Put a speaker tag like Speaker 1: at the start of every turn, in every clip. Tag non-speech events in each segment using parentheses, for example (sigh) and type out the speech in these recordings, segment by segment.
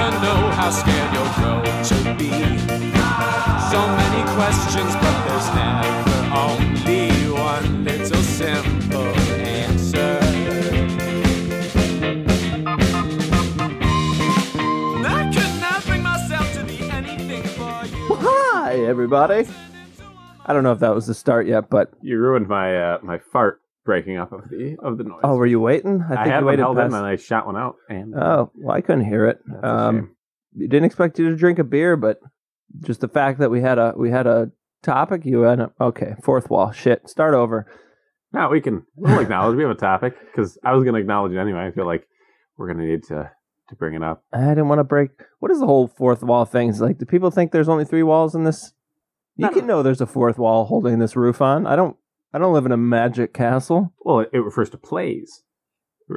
Speaker 1: how scared you're grown to be. So many questions, but there's never only one little simple answer. And I could not bring myself to be anything for you.
Speaker 2: Hi, everybody. I don't know if that was the start yet, but
Speaker 3: You ruined my uh, my fart breaking up of the of the noise.
Speaker 2: oh, were you waiting? I
Speaker 3: I,
Speaker 2: think you
Speaker 3: had one
Speaker 2: waited
Speaker 3: held
Speaker 2: past.
Speaker 3: in and I shot one out. And
Speaker 2: Oh, well, I couldn't hear it.
Speaker 3: that's a
Speaker 2: Um,
Speaker 3: shame.
Speaker 2: you didn't expect you to drink a beer, but just the fact that we had a we had a topic, you had a, okay fourth wall shit. Start over.
Speaker 3: No, we can we'll acknowledge we have a topic because I was going to acknowledge it anyway. I feel like we're going to need to to bring it up.
Speaker 2: I didn't want to break. What is the whole fourth wall thing? It's like, do people think there's only three walls in this? You
Speaker 3: No,
Speaker 2: can know there's a fourth wall holding this roof on. I don't. I don't live in a magic castle.
Speaker 3: Well, it, it refers to plays.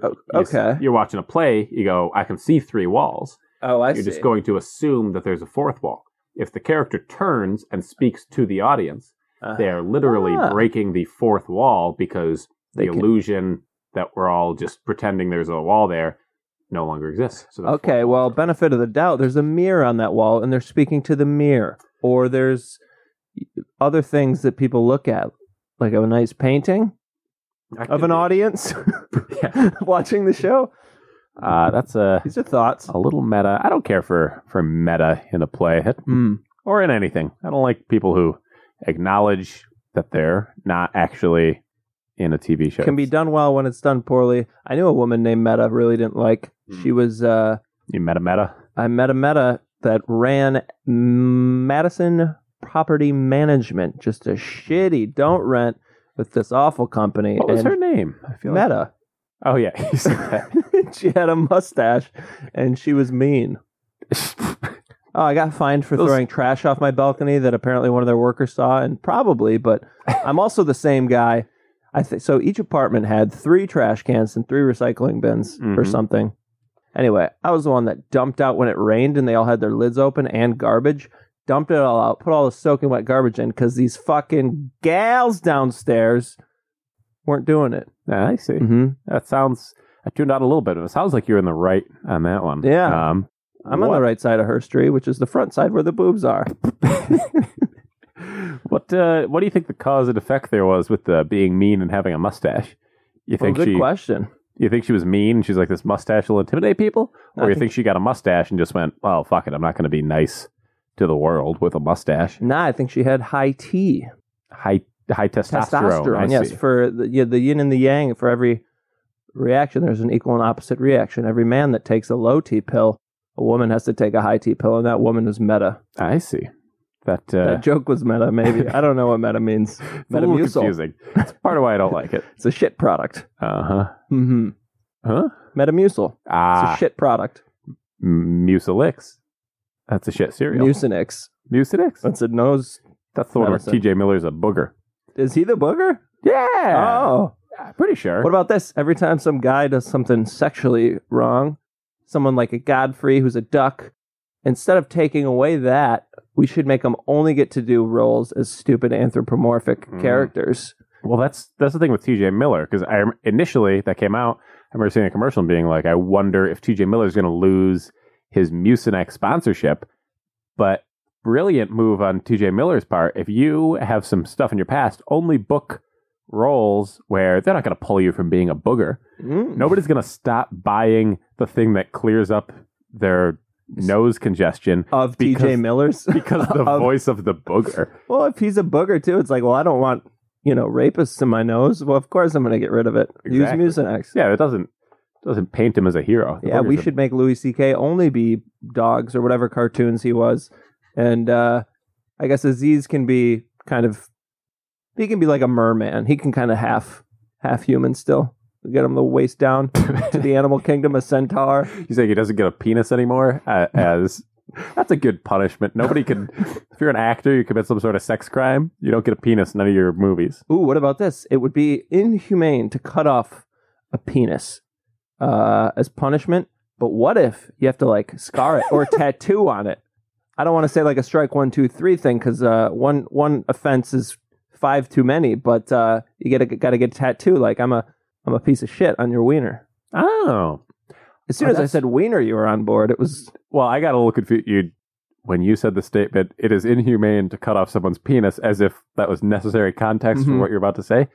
Speaker 2: O-
Speaker 3: You s-
Speaker 2: okay.
Speaker 3: you're watching a play. You go, I can see three walls.
Speaker 2: Oh, I
Speaker 3: you're just going to assume that there's a fourth wall. If the character turns and speaks to the audience,
Speaker 2: Uh,
Speaker 3: they are literally
Speaker 2: Ah.
Speaker 3: breaking the fourth wall because
Speaker 2: They
Speaker 3: the
Speaker 2: can-
Speaker 3: illusion that we're all just pretending there's a wall there no longer exists. So the
Speaker 2: Okay,
Speaker 3: fourth wall-
Speaker 2: well, benefit of the doubt, there's a mirror on that wall and they're speaking to the mirror. Or there's other things that people look at, like a nice painting
Speaker 3: That could
Speaker 2: of
Speaker 3: (laughs)
Speaker 2: an
Speaker 3: be-
Speaker 2: audience (laughs)
Speaker 3: Yeah.
Speaker 2: watching the show.
Speaker 3: Uh, that's a
Speaker 2: These are thoughts.
Speaker 3: a little meta. I don't care for for meta in a play
Speaker 2: Hmm.
Speaker 3: or in anything. I don't like people who acknowledge that they're not actually in a TV show.
Speaker 2: Can be done well when it's done poorly. I knew a woman named Meta really didn't like.
Speaker 3: Hmm.
Speaker 2: She was, uh,
Speaker 3: you meta meta.
Speaker 2: I met a Meta that ran Madison Property Management, just a shitty don't rent with this awful company.
Speaker 3: What was
Speaker 2: and
Speaker 3: her name? I feel like-
Speaker 2: Meta.
Speaker 3: Oh yeah, (laughs) You said that.
Speaker 2: (laughs) she had a mustache and she was mean.
Speaker 3: (laughs)
Speaker 2: Oh, I got fined for
Speaker 3: Those-
Speaker 2: throwing trash off my balcony that apparently one of their workers saw, and probably, but I'm also the same guy. I think so. Each apartment had three trash cans and three recycling bins or
Speaker 3: Mhm.
Speaker 2: something. Anyway, I was the one that dumped out when it rained, and they all had their lids open and garbage. Dumped it all out, put all the soaking wet garbage in because these fucking gals downstairs weren't doing it.
Speaker 3: Yeah, Ah, I see.
Speaker 2: Mm-hmm.
Speaker 3: That sounds. I tuned out a little bit, but it sounds like you're in the right on that one.
Speaker 2: Yeah.
Speaker 3: Um,
Speaker 2: I'm on the right side of her street, which is the front side where the boobs
Speaker 3: (laughs)
Speaker 2: are. (laughs)
Speaker 3: What uh, What do you think the cause and effect there was with the being mean and having a mustache? You
Speaker 2: Well,
Speaker 3: think
Speaker 2: good
Speaker 3: she?
Speaker 2: question.
Speaker 3: You think she was mean? and She's like this mustache will intimidate people, or
Speaker 2: I
Speaker 3: you
Speaker 2: think-
Speaker 3: think, she got a mustache and just went, "Well, fuck it, I'm not going to be nice to the world with a mustache."
Speaker 2: Nah, I think she had high T
Speaker 3: High high testosterone. I
Speaker 2: testosterone. Yes,
Speaker 3: see.
Speaker 2: for the, yeah, the yin and the yang. For every reaction, there's an equal and opposite reaction. Every man that takes a low T pill, a woman has to take a high T pill, and that woman was meta.
Speaker 3: I see. That uh,
Speaker 2: That joke was meta.
Speaker 3: (laughs)
Speaker 2: Maybe I don't know what meta means.
Speaker 3: it's a little
Speaker 2: Metamucil.
Speaker 3: confusing. That's part of why I don't
Speaker 2: (laughs)
Speaker 3: like it.
Speaker 2: It's a shit product.
Speaker 3: Uh huh.
Speaker 2: Mm-hmm.
Speaker 3: Huh?
Speaker 2: Metamucil. It's
Speaker 3: Ah,
Speaker 2: a shit product.
Speaker 3: M- Mucilix. That's a shit cereal.
Speaker 2: Mucinex.
Speaker 3: Mucinex.
Speaker 2: That's a nose.
Speaker 3: That's the one where
Speaker 2: medicine.
Speaker 3: T.J. Miller's a booger.
Speaker 2: Is he the booger?
Speaker 3: Yeah.
Speaker 2: Oh.
Speaker 3: I'm pretty sure.
Speaker 2: What about this? Every time some guy does something sexually wrong, someone like a Godfrey who's a duck, instead of taking away that, we should make them only get to do roles as stupid anthropomorphic
Speaker 3: Mm.
Speaker 2: characters.
Speaker 3: well, that's that's the thing with T.J. Miller because I rem- initially that came out, I remember seeing a commercial and being like, I wonder if T.J. Miller's going to lose his Mucinex sponsorship. But brilliant move on T.J. Miller's part. If you have some stuff in your past, only book roles where they're not going to pull you from being a booger. Nobody's going to stop buying the thing that clears up their
Speaker 2: (laughs)
Speaker 3: nose congestion
Speaker 2: Of T.J.
Speaker 3: Because-
Speaker 2: Miller's.
Speaker 3: (laughs) because the
Speaker 2: (laughs) Of-
Speaker 3: voice of the booger.
Speaker 2: well, if he's a booger too, it's like, well, I don't want you know rapists in my nose. Well, of course I'm going to get rid of it.
Speaker 3: Exactly.
Speaker 2: Use Mucinex.
Speaker 3: Yeah, it doesn't doesn't paint him as a hero. The
Speaker 2: Yeah, we
Speaker 3: booger's a-
Speaker 2: should make Louis C.K. only be dogs or whatever cartoons he was, and uh, I guess Aziz can be kind of he can be like a merman. He can kind of half half human still. We get him the waist down to the animal kingdom, a centaur.
Speaker 3: You say he doesn't get a penis anymore uh, as that's a good punishment. Nobody can. if you're an actor, you commit some sort of sex crime. You don't get a penis in none of your movies.
Speaker 2: Ooh, what about this? It would be inhumane to cut off a penis uh, as punishment. But what if you have to like scar it
Speaker 3: (laughs)
Speaker 2: or tattoo on it? I don't want to say like a strike one two three thing because uh, one one offense is five too many. But uh, you gotta gotta get a tattoo. Like I'm a I'm a piece of shit on your wiener.
Speaker 3: Oh,
Speaker 2: As soon
Speaker 3: Oh,
Speaker 2: as I
Speaker 3: that's-
Speaker 2: said wiener, you were on board. It was
Speaker 3: Well, I got a little confused. You, when you said the statement, it is inhumane to cut off someone's penis as if that was necessary context
Speaker 2: Mhm.
Speaker 3: for what you're about to say.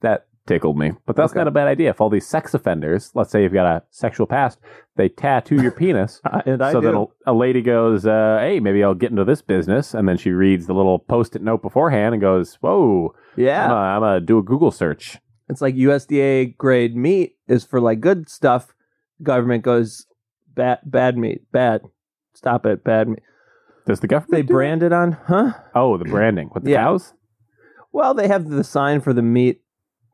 Speaker 3: That tickled me. But that's
Speaker 2: Okay.
Speaker 3: not a bad idea. If all these sex offenders, let's say you've got a sexual past, they tattoo your penis.
Speaker 2: and I
Speaker 3: so
Speaker 2: do.
Speaker 3: then a, a lady goes, uh, hey, maybe I'll get into this business. And then she reads the little post it note beforehand and goes, whoa,
Speaker 2: yeah,
Speaker 3: I'm going to do a Google search.
Speaker 2: it's like USDA grade meat is for like good stuff. Government goes bad, bad meat, bad. Stop it, bad meat.
Speaker 3: Does the government?
Speaker 2: They
Speaker 3: do it?
Speaker 2: brand it on, huh?
Speaker 3: Oh, the branding with the
Speaker 2: Yeah.
Speaker 3: cows?
Speaker 2: Well, they have the sign for the meat.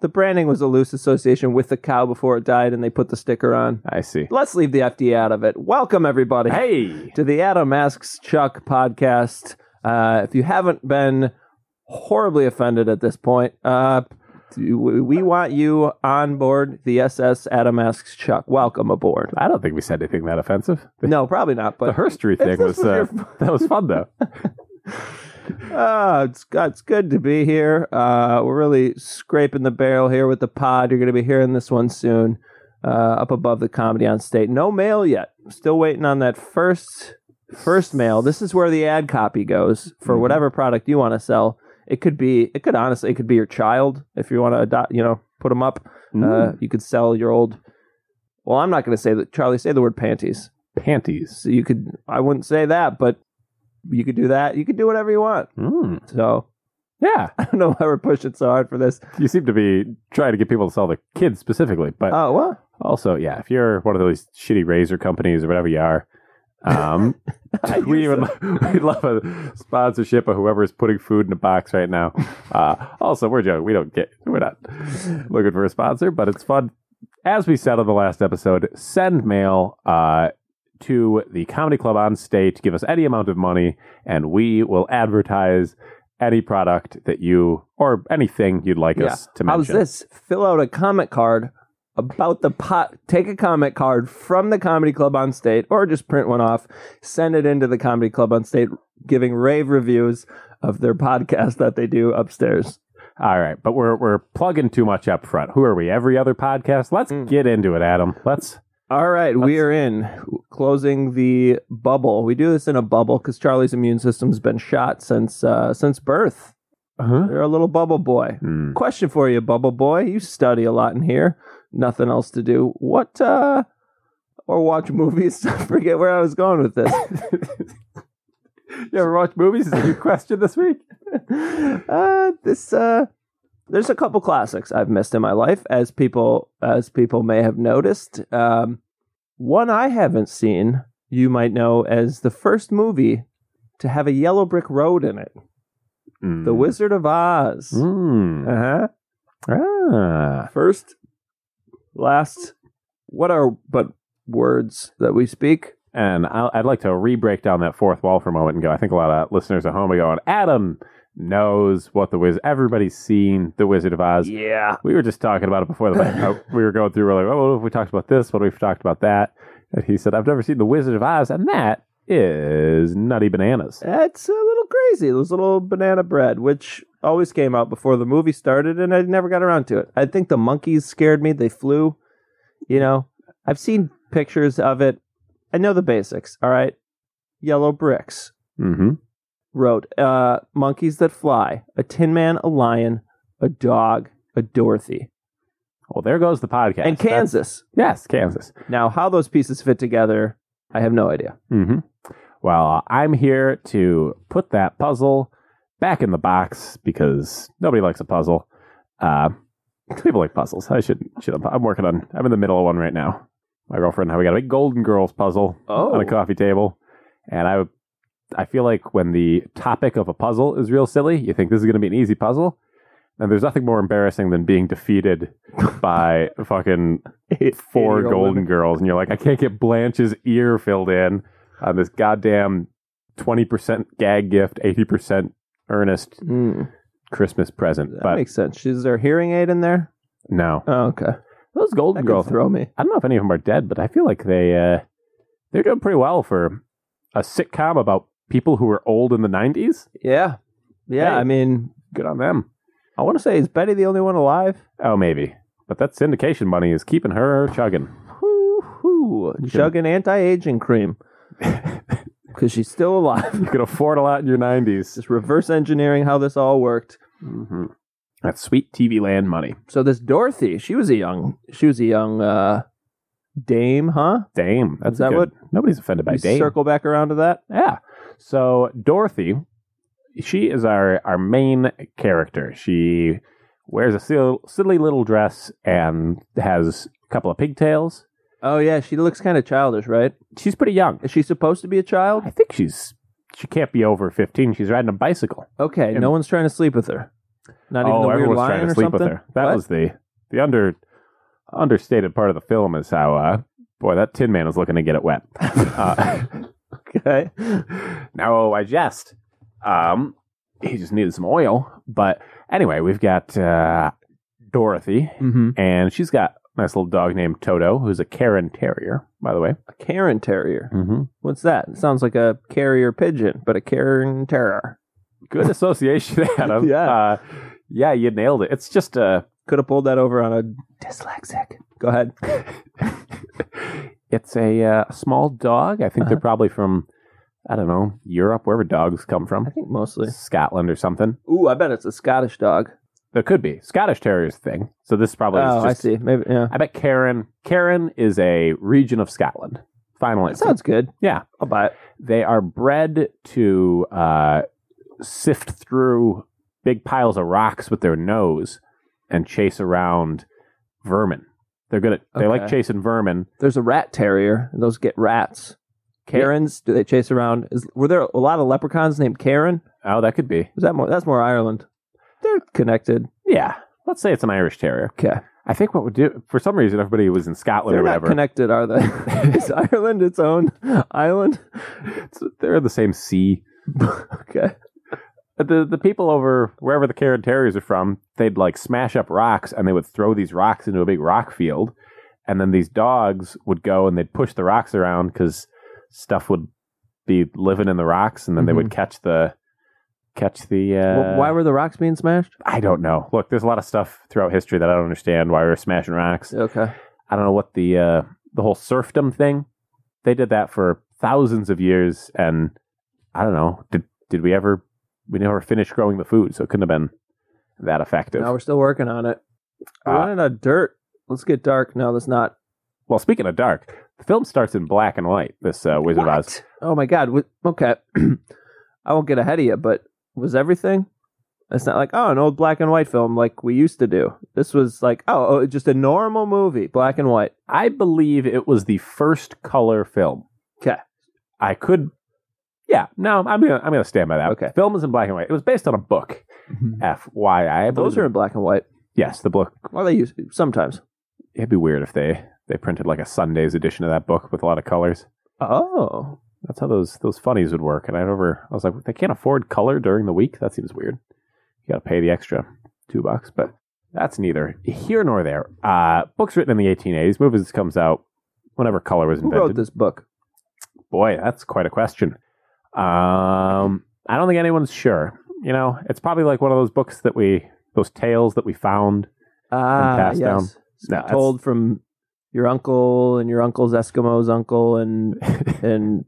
Speaker 2: The branding was a loose association with the cow before it died, and they put the sticker on.
Speaker 3: I see.
Speaker 2: Let's leave the FDA out of it. Welcome everybody
Speaker 3: Hey.
Speaker 2: to the Adam Asks Chuck podcast. Uh, if you haven't been horribly offended at this point, uh, we we want you on board the SS Adam Asks Chuck. Welcome aboard.
Speaker 3: I don't think we said anything that offensive.
Speaker 2: No, probably not,
Speaker 3: the
Speaker 2: but
Speaker 3: herstory
Speaker 2: if
Speaker 3: thing
Speaker 2: this
Speaker 3: was,
Speaker 2: was
Speaker 3: uh,
Speaker 2: your-
Speaker 3: (laughs) that was
Speaker 2: (laughs)
Speaker 3: fun though.
Speaker 2: Uh, it's, it's good to be here. Uh, we're really scraping the barrel here with the pod. You're going to be hearing this one soon uh, up above the comedy on state. No mail yet. Still waiting on that first first mail. This is where the ad copy goes for
Speaker 3: Mhm.
Speaker 2: whatever product you want to sell. It could be. It could honestly. It could be your child if you want to adopt. You know, put them up. Uh, you could sell your old. Well, I'm not going to say that. Charlie, say the word panties.
Speaker 3: Panties.
Speaker 2: So you could. I wouldn't say that, but you could do that. You could do whatever you want.
Speaker 3: Mm.
Speaker 2: So
Speaker 3: Yeah,
Speaker 2: I (laughs) don't know why we're pushing so hard for this.
Speaker 3: you seem to be trying to get people to sell the kids specifically, but
Speaker 2: Oh well,
Speaker 3: also, yeah, if you're one of those shitty razor companies or whatever you are,
Speaker 2: (laughs)
Speaker 3: um, (laughs) we would (laughs) we love a sponsorship of whoever is putting food in a box right now.
Speaker 2: (laughs)
Speaker 3: Uh, also, we're joking. We don't get we're not looking for a sponsor, but it's fun. As we said on the last episode, send mail uh, to the Comedy Club on state. Give us any amount of money, and we will advertise any product that you or anything you'd like
Speaker 2: Yeah.
Speaker 3: us to
Speaker 2: how's
Speaker 3: mention.
Speaker 2: this? Fill out a comment card about the pot. Take a comment card from the comedy club on state, or just print one off. Send it into the comedy club on state, giving rave reviews of their podcast that they do upstairs.
Speaker 3: All right, but we're we're plugging too much up front. Who are we? Every other podcast. Let's
Speaker 2: Mm.
Speaker 3: get into it, Adam. Let's.
Speaker 2: All right, we
Speaker 3: That's-
Speaker 2: are in closing the bubble. We do this in a bubble because Charlie's immune system's been shot since uh, since birth.
Speaker 3: Uh-huh.
Speaker 2: You're a little bubble boy.
Speaker 3: Hmm.
Speaker 2: Question for you, Bubble Boy. You study a lot in here. Nothing else to do. What uh or watch movies? (laughs) I forget where I was going with this. (laughs)
Speaker 3: You ever watch movies? Is a good question this week.
Speaker 2: uh this uh there's a couple classics I've missed in my life, as people as people may have noticed. Um one I haven't seen, you might know as the first movie to have a yellow brick road in it.
Speaker 3: Hmm.
Speaker 2: The Wizard of Oz.
Speaker 3: Mm.
Speaker 2: Uh-huh.
Speaker 3: Ah.
Speaker 2: first, last, what are but words that we speak?
Speaker 3: And I'll, I'd like to re-break down that fourth wall for a moment and go. I think a lot of listeners at home are going. Adam knows what the Wiz. Everybody's seen the Wizard of Oz.
Speaker 2: Yeah.
Speaker 3: We were just talking about it before
Speaker 2: (laughs)
Speaker 3: the uh, we were going through. We're like, oh, what if we talked about this? What if we talked about that? And he said, I've never seen The Wizard of Oz, and that is Nutty Bananas.
Speaker 2: That's a little crazy. Those little banana bread, which always came out before the movie started, and I never got around to it. I think the monkeys scared me. They flew. You know, I've seen pictures of it. I know the basics. All right. Yellow bricks.
Speaker 3: Mm-hmm.
Speaker 2: wrote uh, monkeys that fly, a tin man, a lion, a dog, a Dorothy,
Speaker 3: Well, there goes the podcast.
Speaker 2: and Kansas.
Speaker 3: That's- yes, Kansas.
Speaker 2: Now, how those pieces fit together, I have no idea.
Speaker 3: Mm-hmm. Well, I'm here to put that puzzle back in the box because nobody likes a puzzle. Uh, (laughs) people like puzzles. I should should. I'm working on. I'm in the middle of one right now. My girlfriend and I we got a big Golden Girls puzzle
Speaker 2: Oh.
Speaker 3: on a coffee table, and I I feel like when the topic of a puzzle is real silly, you think this is going to be an easy puzzle, and there's nothing more embarrassing than being defeated
Speaker 2: (laughs)
Speaker 3: by fucking four
Speaker 2: Eight-year-old
Speaker 3: golden
Speaker 2: women.
Speaker 3: girls and you're like i can't get blanche's ear filled in on this goddamn 20% gag gift 80% earnest
Speaker 2: Mm,
Speaker 3: christmas present
Speaker 2: that
Speaker 3: but
Speaker 2: makes sense. Is there a hearing aid in there?
Speaker 3: no
Speaker 2: Oh, okay.
Speaker 3: those
Speaker 2: That
Speaker 3: golden
Speaker 2: could
Speaker 3: girls
Speaker 2: throw me.
Speaker 3: i don't know if any of them are dead but i feel like they uh they're doing pretty well for a sitcom about people who were old in the 90s
Speaker 2: Yeah. Yeah.
Speaker 3: Hey.
Speaker 2: I mean,
Speaker 3: good on them
Speaker 2: I want to say, is Betty the only one alive?
Speaker 3: oh maybe but that syndication money is keeping her chugging (laughs)
Speaker 2: Whoo, whoo. Woo! Chugging anti aging (laughs) cream because she's still alive. (laughs)
Speaker 3: You could afford a lot in your 90s.
Speaker 2: Just reverse engineering how this all worked.
Speaker 3: hmm That's sweet TV land money.
Speaker 2: So this Dorothy, she was a young, she was a young uh, dame, huh?
Speaker 3: Dame. That's
Speaker 2: Is that
Speaker 3: good-
Speaker 2: what-
Speaker 3: Nobody's offended by
Speaker 2: You
Speaker 3: dame.
Speaker 2: Circle back around to that.
Speaker 3: Yeah. So Dorothy, she is our our main character. She wears a sil- silly little dress and has a couple of pigtails.
Speaker 2: Oh yeah, she looks kind of childish, right?
Speaker 3: She's pretty young.
Speaker 2: Is she supposed to be a child?
Speaker 3: I think she's she can't be over fifteen. She's riding a bicycle.
Speaker 2: Okay,
Speaker 3: And-
Speaker 2: no one's trying to sleep with her. Not even the
Speaker 3: oh,
Speaker 2: weird
Speaker 3: everyone's
Speaker 2: lion
Speaker 3: trying
Speaker 2: or
Speaker 3: to sleep
Speaker 2: something.
Speaker 3: with her. That
Speaker 2: What?
Speaker 3: was the the under understated part of the film is how uh, boy that Tin Man is looking to get it wet.
Speaker 2: (laughs)
Speaker 3: uh, (laughs)
Speaker 2: okay.
Speaker 3: now oh, I jest. Um, he just needed some oil. But anyway, we've got uh, Dorothy,
Speaker 2: Mm-hmm.
Speaker 3: and she's got a nice little dog named Toto, who's a Karen Terrier, by the way.
Speaker 2: A Karen terrier.
Speaker 3: Mm-hmm.
Speaker 2: What's that? It sounds like a carrier pigeon, but a Karen terrier.
Speaker 3: Good association, (laughs) Adam.
Speaker 2: (laughs) Yeah.
Speaker 3: Uh, yeah, you nailed it. It's just a.
Speaker 2: Could have pulled that over on a dyslexic. Go ahead. (laughs)
Speaker 3: It's a uh, small dog. I think
Speaker 2: Uh-huh.
Speaker 3: they're probably from, I don't know, Europe, wherever dogs come
Speaker 2: I
Speaker 3: from,
Speaker 2: think mostly.
Speaker 3: Scotland or something.
Speaker 2: Ooh, I bet it's a Scottish dog.
Speaker 3: There could be Scottish Terrier's thing. So this probably is
Speaker 2: oh,
Speaker 3: just
Speaker 2: I see. Maybe yeah.
Speaker 3: I bet Karen. Karen is a region of Scotland. Final
Speaker 2: That
Speaker 3: answer.
Speaker 2: sounds good.
Speaker 3: yeah,
Speaker 2: I'll buy it.
Speaker 3: they are bred to uh, sift through big piles of rocks with their nose and chase around vermin. They're good at. They like
Speaker 2: Okay.
Speaker 3: chasing vermin.
Speaker 2: There's a rat terrier. and Those get rats. Karens, do they chase around? Is, were there a lot of leprechauns named Karen?
Speaker 3: Oh, that could be.
Speaker 2: Is that more? That's more Ireland. They're connected.
Speaker 3: Yeah, let's say it's an Irish Terrier.
Speaker 2: Okay,
Speaker 3: I think what would do for some reason everybody was in Scotland
Speaker 2: they're
Speaker 3: or
Speaker 2: not
Speaker 3: whatever.
Speaker 2: connected, are
Speaker 3: (laughs)
Speaker 2: they? (laughs) Is Ireland its own island? (laughs)
Speaker 3: It's- They're the same sea.
Speaker 2: Okay,
Speaker 3: But the the people over wherever the Karen Terriers are from, they'd like smash up rocks and they would throw these rocks into a big rock field, and then these dogs would go and they'd push the rocks around because stuff would be living in the rocks, and then they would catch the catch the. Uh,
Speaker 2: Mm-hmm. Well, why were the rocks being smashed?
Speaker 3: I don't know. Look, there's a lot of stuff throughout history that I don't understand. Why we we're smashing rocks?
Speaker 2: Okay,
Speaker 3: I don't know what the uh, the whole serfdom thing. They did that for thousands of years, and I don't know. Did did we ever? We never finished growing the food, so it couldn't have been that effective.
Speaker 2: now we're still working on it. We're
Speaker 3: Uh,
Speaker 2: running out of dirt. Let's get dark. No, that's not.
Speaker 3: well, speaking of dark, the film starts in black and white. This uh, Wizard of Oz.
Speaker 2: Oh my God. Wa- Okay, (clears throat) I won't get ahead of you, but was everything? It's not like oh an old black and white film like we used to do. This was like oh oh, just a normal movie, black and white.
Speaker 3: I believe it was the first color film.
Speaker 2: 'Kay.
Speaker 3: I could. Yeah, no, I'm gonna I'm gonna stand by that.
Speaker 2: Okay. Mm-hmm.
Speaker 3: film is in black and white. It was based on a book. FYI, I
Speaker 2: Those
Speaker 3: believe-
Speaker 2: are in black and white.
Speaker 3: yes, the book
Speaker 2: Well, they use sometimes.
Speaker 3: It'd be weird if they they printed like a Sunday's edition of that book with a lot of colors.
Speaker 2: Oh,
Speaker 3: That's how those those funnies would work. And I never I was like, they can't afford color during the week. That seems weird. You got to pay the extra two bucks, but that's neither here nor there. Uh, books written in the 1880s. Movies comes out whenever color was
Speaker 2: who
Speaker 3: invented.
Speaker 2: wrote this book?
Speaker 3: Boy, that's quite a question. Um, I don't think anyone's sure. You know, it's probably like one of those books that we those tales that we found.
Speaker 2: Ah,
Speaker 3: passed
Speaker 2: yes.
Speaker 3: down.
Speaker 2: It's
Speaker 3: No, that's-
Speaker 2: told from your uncle and your uncle's Eskimo's uncle (laughs) and and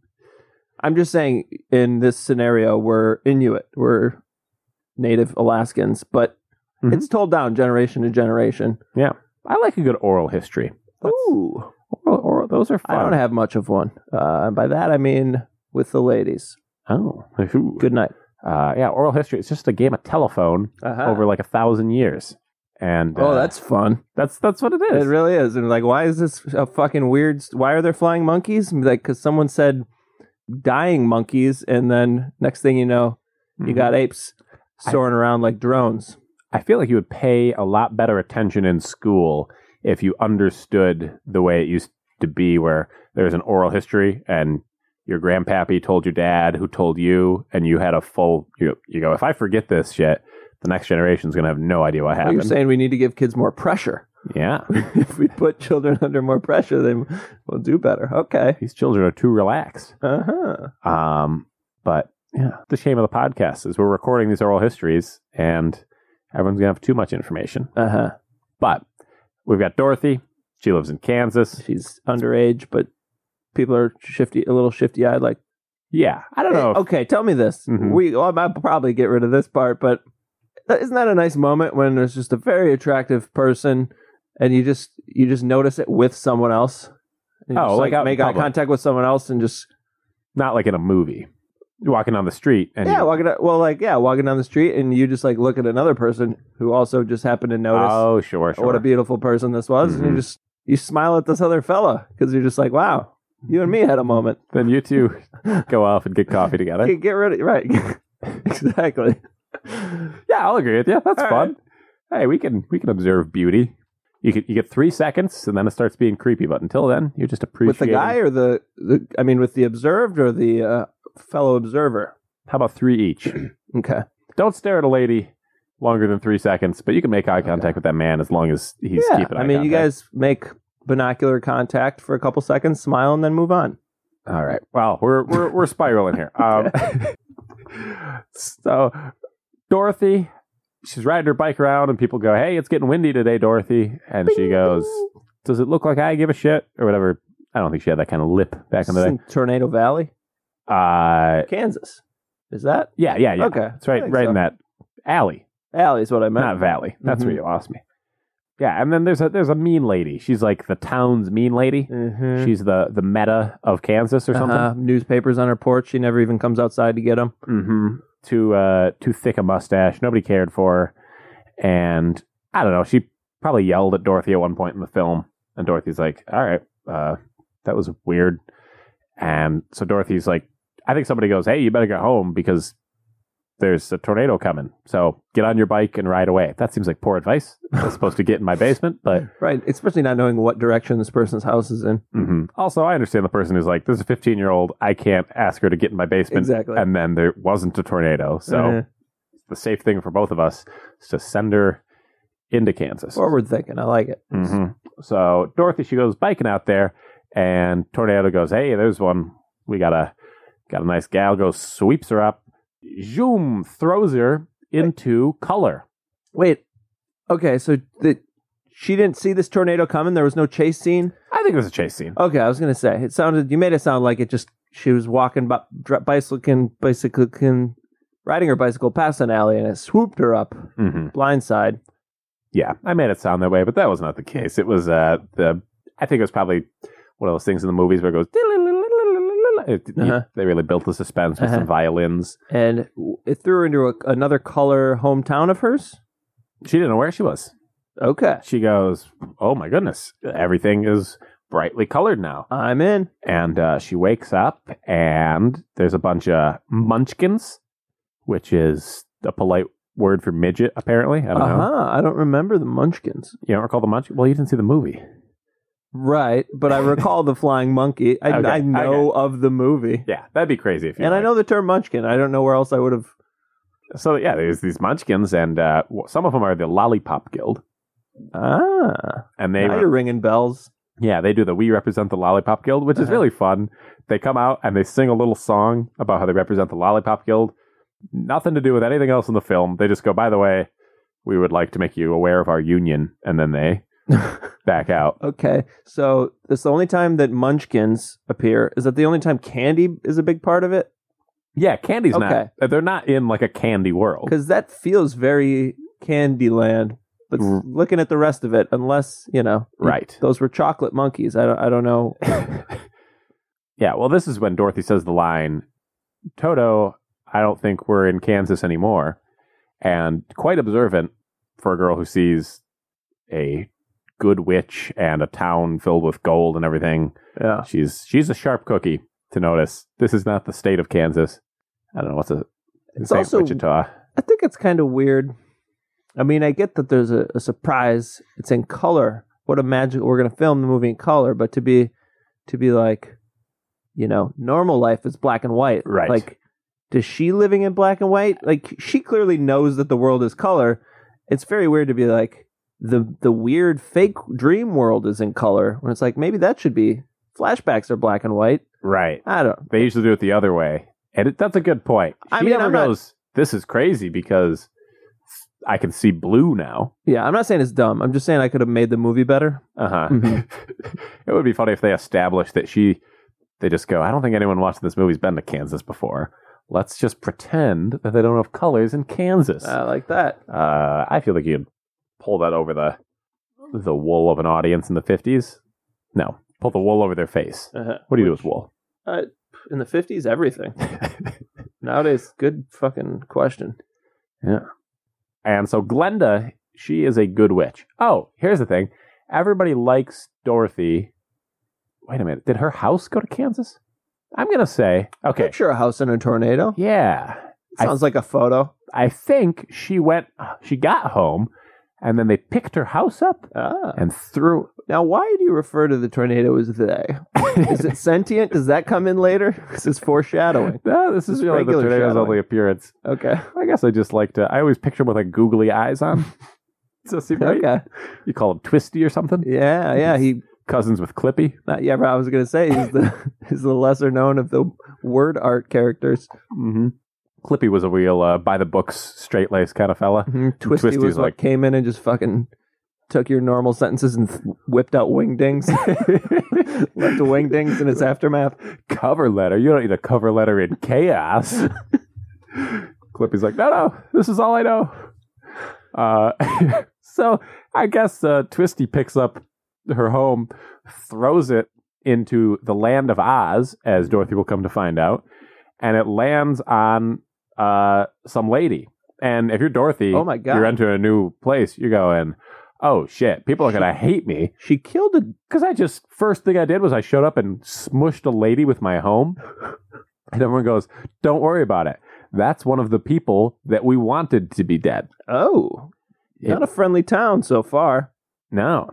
Speaker 2: I'm just saying in this scenario we're Inuit, we're native Alaskans, but
Speaker 3: Mhm.
Speaker 2: it's told down generation to generation.
Speaker 3: I like a good oral history. That's-
Speaker 2: Ooh,
Speaker 3: Oral, oral, those are fun.
Speaker 2: I don't have much of one. Uh, by that I mean with the ladies.
Speaker 3: Oh, Ooh.
Speaker 2: Good night.
Speaker 3: Uh, yeah, oral history. It's just a game of telephone
Speaker 2: Uh-huh.
Speaker 3: over like a thousand years, and
Speaker 2: oh,
Speaker 3: uh,
Speaker 2: that's fun.
Speaker 3: that's that's what it
Speaker 2: It
Speaker 3: is.
Speaker 2: really is. And like, why is this a fucking weird? Why are there flying monkeys? And be Like, because someone said dying monkeys, and then next thing you know, you
Speaker 3: Mhm.
Speaker 2: got apes soaring around like drones.
Speaker 3: I feel like you would pay a lot better attention in school if you understood the way it used to be, where there's an oral history and your grandpappy told your dad, who told you, and you had a full. You, you go, if I forget this shit, the next generation's gonna have no idea
Speaker 2: Well,
Speaker 3: what
Speaker 2: you're
Speaker 3: happened.
Speaker 2: saying we need to give kids more
Speaker 3: (laughs)
Speaker 2: pressure.
Speaker 3: yeah,
Speaker 2: if we put children under more pressure, they will do better. Okay.
Speaker 3: these children are too relaxed.
Speaker 2: Uh huh.
Speaker 3: Um, but yeah, the shame of the podcast is we're recording these oral histories and everyone's gonna have too much information.
Speaker 2: Uh huh.
Speaker 3: But we've got Dorothy. She lives in Kansas.
Speaker 2: She's underage, but people are shifty, a little shifty eyed. Like,
Speaker 3: Yeah, I don't
Speaker 2: "Eh,
Speaker 3: know. if-
Speaker 2: okay, tell me this.
Speaker 3: Mhm.
Speaker 2: We, well, I might probably get rid of this part, but isn't that a nice moment when there's just a very attractive person and you just you just notice it with someone else? And you
Speaker 3: Oh,
Speaker 2: just,
Speaker 3: like out in
Speaker 2: make eye
Speaker 3: public.
Speaker 2: contact with someone else and just
Speaker 3: Not like in a movie. You're walking down the street and
Speaker 2: yeah,
Speaker 3: you-
Speaker 2: walking down, well, like yeah, walking down the street and you just like look at another person who also just happened to notice
Speaker 3: oh sure, sure.
Speaker 2: what a beautiful person this was, and
Speaker 3: Mhm.
Speaker 2: you just you smile at this other fella because you're just like, wow, you and me had a moment.
Speaker 3: then
Speaker 2: (laughs)
Speaker 3: you two go off and get coffee together.
Speaker 2: Get, get rid of right, (laughs) exactly.
Speaker 3: Yeah, I'll agree with you. That's
Speaker 2: All
Speaker 3: fun. Hey, we can we can observe beauty. You get you get three seconds, and then it starts being creepy. But until then, you're just
Speaker 2: With
Speaker 3: appreciating.
Speaker 2: the guy or the, the I mean, with the observed or the uh, fellow observer.
Speaker 3: How about three each?
Speaker 2: Okay,
Speaker 3: Don't stare at a lady longer than three seconds, but you can make eye contact with that man as long as he's
Speaker 2: yeah.
Speaker 3: keeping. Eye
Speaker 2: I mean, you
Speaker 3: contact.
Speaker 2: guys make binocular contact for a couple seconds, smile, and then move on.
Speaker 3: All right. Well, we're we're we're
Speaker 2: (laughs)
Speaker 3: spiraling here. Um, (laughs) so, Dorothy, she's riding her bike around, and people go, "Hey, it's getting windy today, Dorothy," and she goes, "Does it look like I give a shit or whatever?" I don't think she had that kind of lip back in the
Speaker 2: This is
Speaker 3: day.
Speaker 2: in Tornado Valley,
Speaker 3: Uh,
Speaker 2: Kansas. Is that
Speaker 3: yeah, yeah, yeah.
Speaker 2: okay?
Speaker 3: That's right,
Speaker 2: I think
Speaker 3: right
Speaker 2: so.
Speaker 3: in that alley.
Speaker 2: Alley is what I meant. (laughs)
Speaker 3: Not Valley. That's where
Speaker 2: Mhm.
Speaker 3: you lost me. Yeah, and then there's a there's a mean lady. She's like the town's mean lady.
Speaker 2: Mhm.
Speaker 3: She's the the meta of Kansas or something.
Speaker 2: Uh-huh. Newspapers on her porch. She never even comes outside to get them.
Speaker 3: Mm-hmm. Too uh, too thick a mustache. Nobody cared for her, and I don't know. She probably yelled at Dorothy at one point in the film, and Dorothy's like, "All right, uh, that was weird." And so Dorothy's like, "I think somebody goes, hey, you better go home because there's a tornado coming. So get on your bike and ride away." That seems like poor advice. I'm supposed to get in my basement, but
Speaker 2: Right. Especially not knowing what direction this person's house is in.
Speaker 3: mhm. also I understand the person who's like, "There's a 15 year old. I can't ask her to get in my basement."
Speaker 2: Exactly.
Speaker 3: And then there wasn't a tornado, so.
Speaker 2: Uh,
Speaker 3: the safe thing for both of us is to send her into Kansas.
Speaker 2: forward thinking. I like it.
Speaker 3: Mhm. So Dorothy, she goes biking out there, and Tornado goes, "Hey, there's one. We got a got a nice gal." Goes sweeps her up, zoom throws her into color.
Speaker 2: Wait. Okay. So the, she didn't see this tornado coming. There was no chase scene.
Speaker 3: I think it was a chase scene.
Speaker 2: Okay. I was going to say it sounded, you made it sound like it just, she was walking, by, bicycling, bicycling, riding her bicycle past an alley and it swooped her up
Speaker 3: Mm-hmm.
Speaker 2: blindside.
Speaker 3: Yeah, I made it sound that way, but that was not the case. It was uh, the I think it was probably one of those things in the movies where it goes. It-
Speaker 2: Uh-huh.
Speaker 3: They really built the suspense with
Speaker 2: Uh-huh.
Speaker 3: some violins.
Speaker 2: And it threw her into a, another color hometown of hers.
Speaker 3: She didn't know where she was.
Speaker 2: Okay.
Speaker 3: she goes, "Oh my goodness, everything is brightly colored now."
Speaker 2: I'm in.
Speaker 3: And uh, she wakes up, and there's a bunch of munchkins, which is a polite word for midget, apparently. I don't
Speaker 2: Uh
Speaker 3: know.
Speaker 2: huh. I don't remember the Munchkins.
Speaker 3: You don't recall the munch? Well, you didn't see the movie.
Speaker 2: Right, but I recall the flying monkey. I,
Speaker 3: (laughs) Okay,
Speaker 2: I know of the movie,
Speaker 3: Yeah, that'd be crazy if you.
Speaker 2: and I
Speaker 3: like-
Speaker 2: know the term Munchkin. I don't know where else I would have.
Speaker 3: So yeah, there's these munchkins, and uh, w- some of them are the Lollipop Guild,
Speaker 2: Ah,
Speaker 3: and they
Speaker 2: now you're ringing bells.
Speaker 3: Yeah, they do the We Represent the Lollipop Guild, which is
Speaker 2: Uh-huh.
Speaker 3: really fun. They come out and they sing a little song about how they represent the Lollipop Guild. Nothing to do with anything else in the film. They just go, by the way, we would like to make you aware of our union. And then
Speaker 2: (laughs)
Speaker 3: they back out.
Speaker 2: Okay, so it's the only time that Munchkins appear. Is that the only time candy is a big part of it?
Speaker 3: Yeah, candy's
Speaker 2: Okay.
Speaker 3: not. They're not in like a candy world.
Speaker 2: Because that feels very Candyland. But
Speaker 3: R-
Speaker 2: looking at the rest of it, unless you know,
Speaker 3: Right.
Speaker 2: Those were chocolate monkeys. I don't. I don't know.
Speaker 3: Yeah, well, this is when Dorothy says the line Toto, I don't think we're in Kansas anymore. And quite observant for a girl who sees a good witch and a town filled with gold and everything.
Speaker 2: Yeah.
Speaker 3: She's she's a sharp cookie to notice this is not the state of Kansas. I don't know what's a
Speaker 2: It's
Speaker 3: St.
Speaker 2: also-
Speaker 3: Wichita.
Speaker 2: I think it's kind of weird. I mean, I get that there's a, a surprise. It's in color. What a magic! We're gonna film the movie in color, but to be, to be like, you know, normal life is black and white.
Speaker 3: Right.
Speaker 2: Like, does she living in black and white? Like, she clearly knows that the world is color. It's very weird to be like the the weird fake dream world is in color when it's like maybe that should be flashbacks are black and white.
Speaker 3: Right.
Speaker 2: I don't.
Speaker 3: They usually do it the other way. And it, that's a good point. She
Speaker 2: I mean,
Speaker 3: never
Speaker 2: I'm not-
Speaker 3: goes, this is crazy because I can see blue now.
Speaker 2: Yeah, I'm not saying it's dumb. I'm just saying I could have made the movie better.
Speaker 3: Uh huh.
Speaker 2: Mhm.
Speaker 3: (laughs) it would be funny if they established that she. They just go. I don't think anyone watching this movie's been to Kansas before. Let's just pretend that they don't have colors in Kansas.
Speaker 2: I like that.
Speaker 3: Uh, I feel like you could pull that over the the wool of an audience in the fifties. No, pull the wool over their face.
Speaker 2: Uh-huh.
Speaker 3: What do you do with wool? (laughs)
Speaker 2: In the 50s, everything. Nowadays, good fucking question.
Speaker 3: And so Glenda, she is a good witch. Oh, here's the thing: everybody likes Dorothy. Wait a minute, did her house go to Kansas? I'm gonna say okay.
Speaker 2: Picture a house in a tornado.
Speaker 3: Yeah, I-
Speaker 2: Sounds like a photo.
Speaker 3: I think she went. She got home, and then they picked her house up
Speaker 2: Ah.
Speaker 3: and threw.
Speaker 2: Now, why do you refer to the tornado as (laughs) they? Is it sentient? Does that come in later? (laughs) This is foreshadowing.
Speaker 3: No, oh, this is
Speaker 2: Just
Speaker 3: really the
Speaker 2: regular
Speaker 3: tornado's
Speaker 2: shadowing.
Speaker 3: only appearance.
Speaker 2: Okay.
Speaker 3: I guess I just like to. I always picture him with like googly eyes on. (laughs) so see, right?
Speaker 2: Okay.
Speaker 3: You call him Twisty or something.
Speaker 2: Yeah, yeah. He
Speaker 3: Cousins with Clippy.
Speaker 2: Not yeah, but I was gonna say he's the (laughs) he's the lesser known of the word art characters.
Speaker 3: Mm-hmm. Clippy was a real uh, by the books, straight laced kind of fella.
Speaker 2: Twisty,
Speaker 3: Twisty
Speaker 2: was
Speaker 3: was
Speaker 2: what
Speaker 3: like-
Speaker 2: came in and just fucking took your normal sentences and th- whipped out (laughs) wingdings, left a wingdings in its aftermath.
Speaker 3: cover letter. You don't need a cover letter in chaos.
Speaker 2: (laughs)
Speaker 3: Clippy's like, no, no, this is all I know. Uh, (laughs) so I guess uh, Twisty picks up her home, throws it into the land of Oz, as Dorothy will come to find out, and it lands on uh, some lady. And if you're Dorothy,
Speaker 2: Oh my God.
Speaker 3: you're entering a new place. You're going, oh shit, people
Speaker 2: (laughs)
Speaker 3: are gonna hate me.
Speaker 2: She killed a
Speaker 3: Because I just first thing I did was I showed up and smushed a lady with my home, and everyone goes, "Don't worry about it. That's one of the people that we wanted to be dead."
Speaker 2: oh,
Speaker 3: It-
Speaker 2: not a friendly town so far.
Speaker 3: no,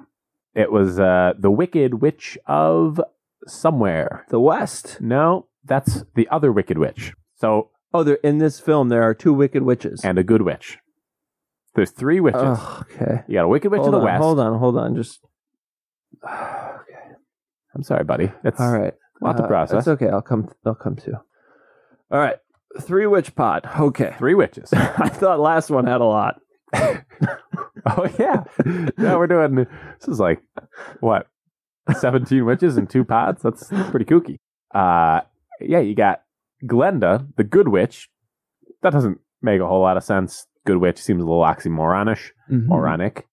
Speaker 3: it was uh, the Wicked Witch of somewhere.
Speaker 2: The West.
Speaker 3: No, that's the other Wicked Witch. So
Speaker 2: Oh, there in this film there are two wicked witches.
Speaker 3: and a good witch. There's three witches.
Speaker 2: Ugh, okay.
Speaker 3: You got a Wicked Witch
Speaker 2: hold
Speaker 3: of the
Speaker 2: on,
Speaker 3: West.
Speaker 2: Hold on, hold on. Just
Speaker 3: I'm sorry, buddy. That's
Speaker 2: all right.
Speaker 3: Lot to
Speaker 2: Uh,
Speaker 3: process.
Speaker 2: It's okay. I'll come. I'll come to. All right. Three witch pod. Okay. (laughs)
Speaker 3: Three witches.
Speaker 2: I thought last one had a lot.
Speaker 3: (laughs) Oh yeah. now we're doing this is like what? 17 witches in two pods? That's pretty kooky. Uh yeah, you got Glenda, the good witch. That doesn't make a whole lot of sense. Good witch seems a little oxymoronish,
Speaker 2: Hmm.
Speaker 3: moronic.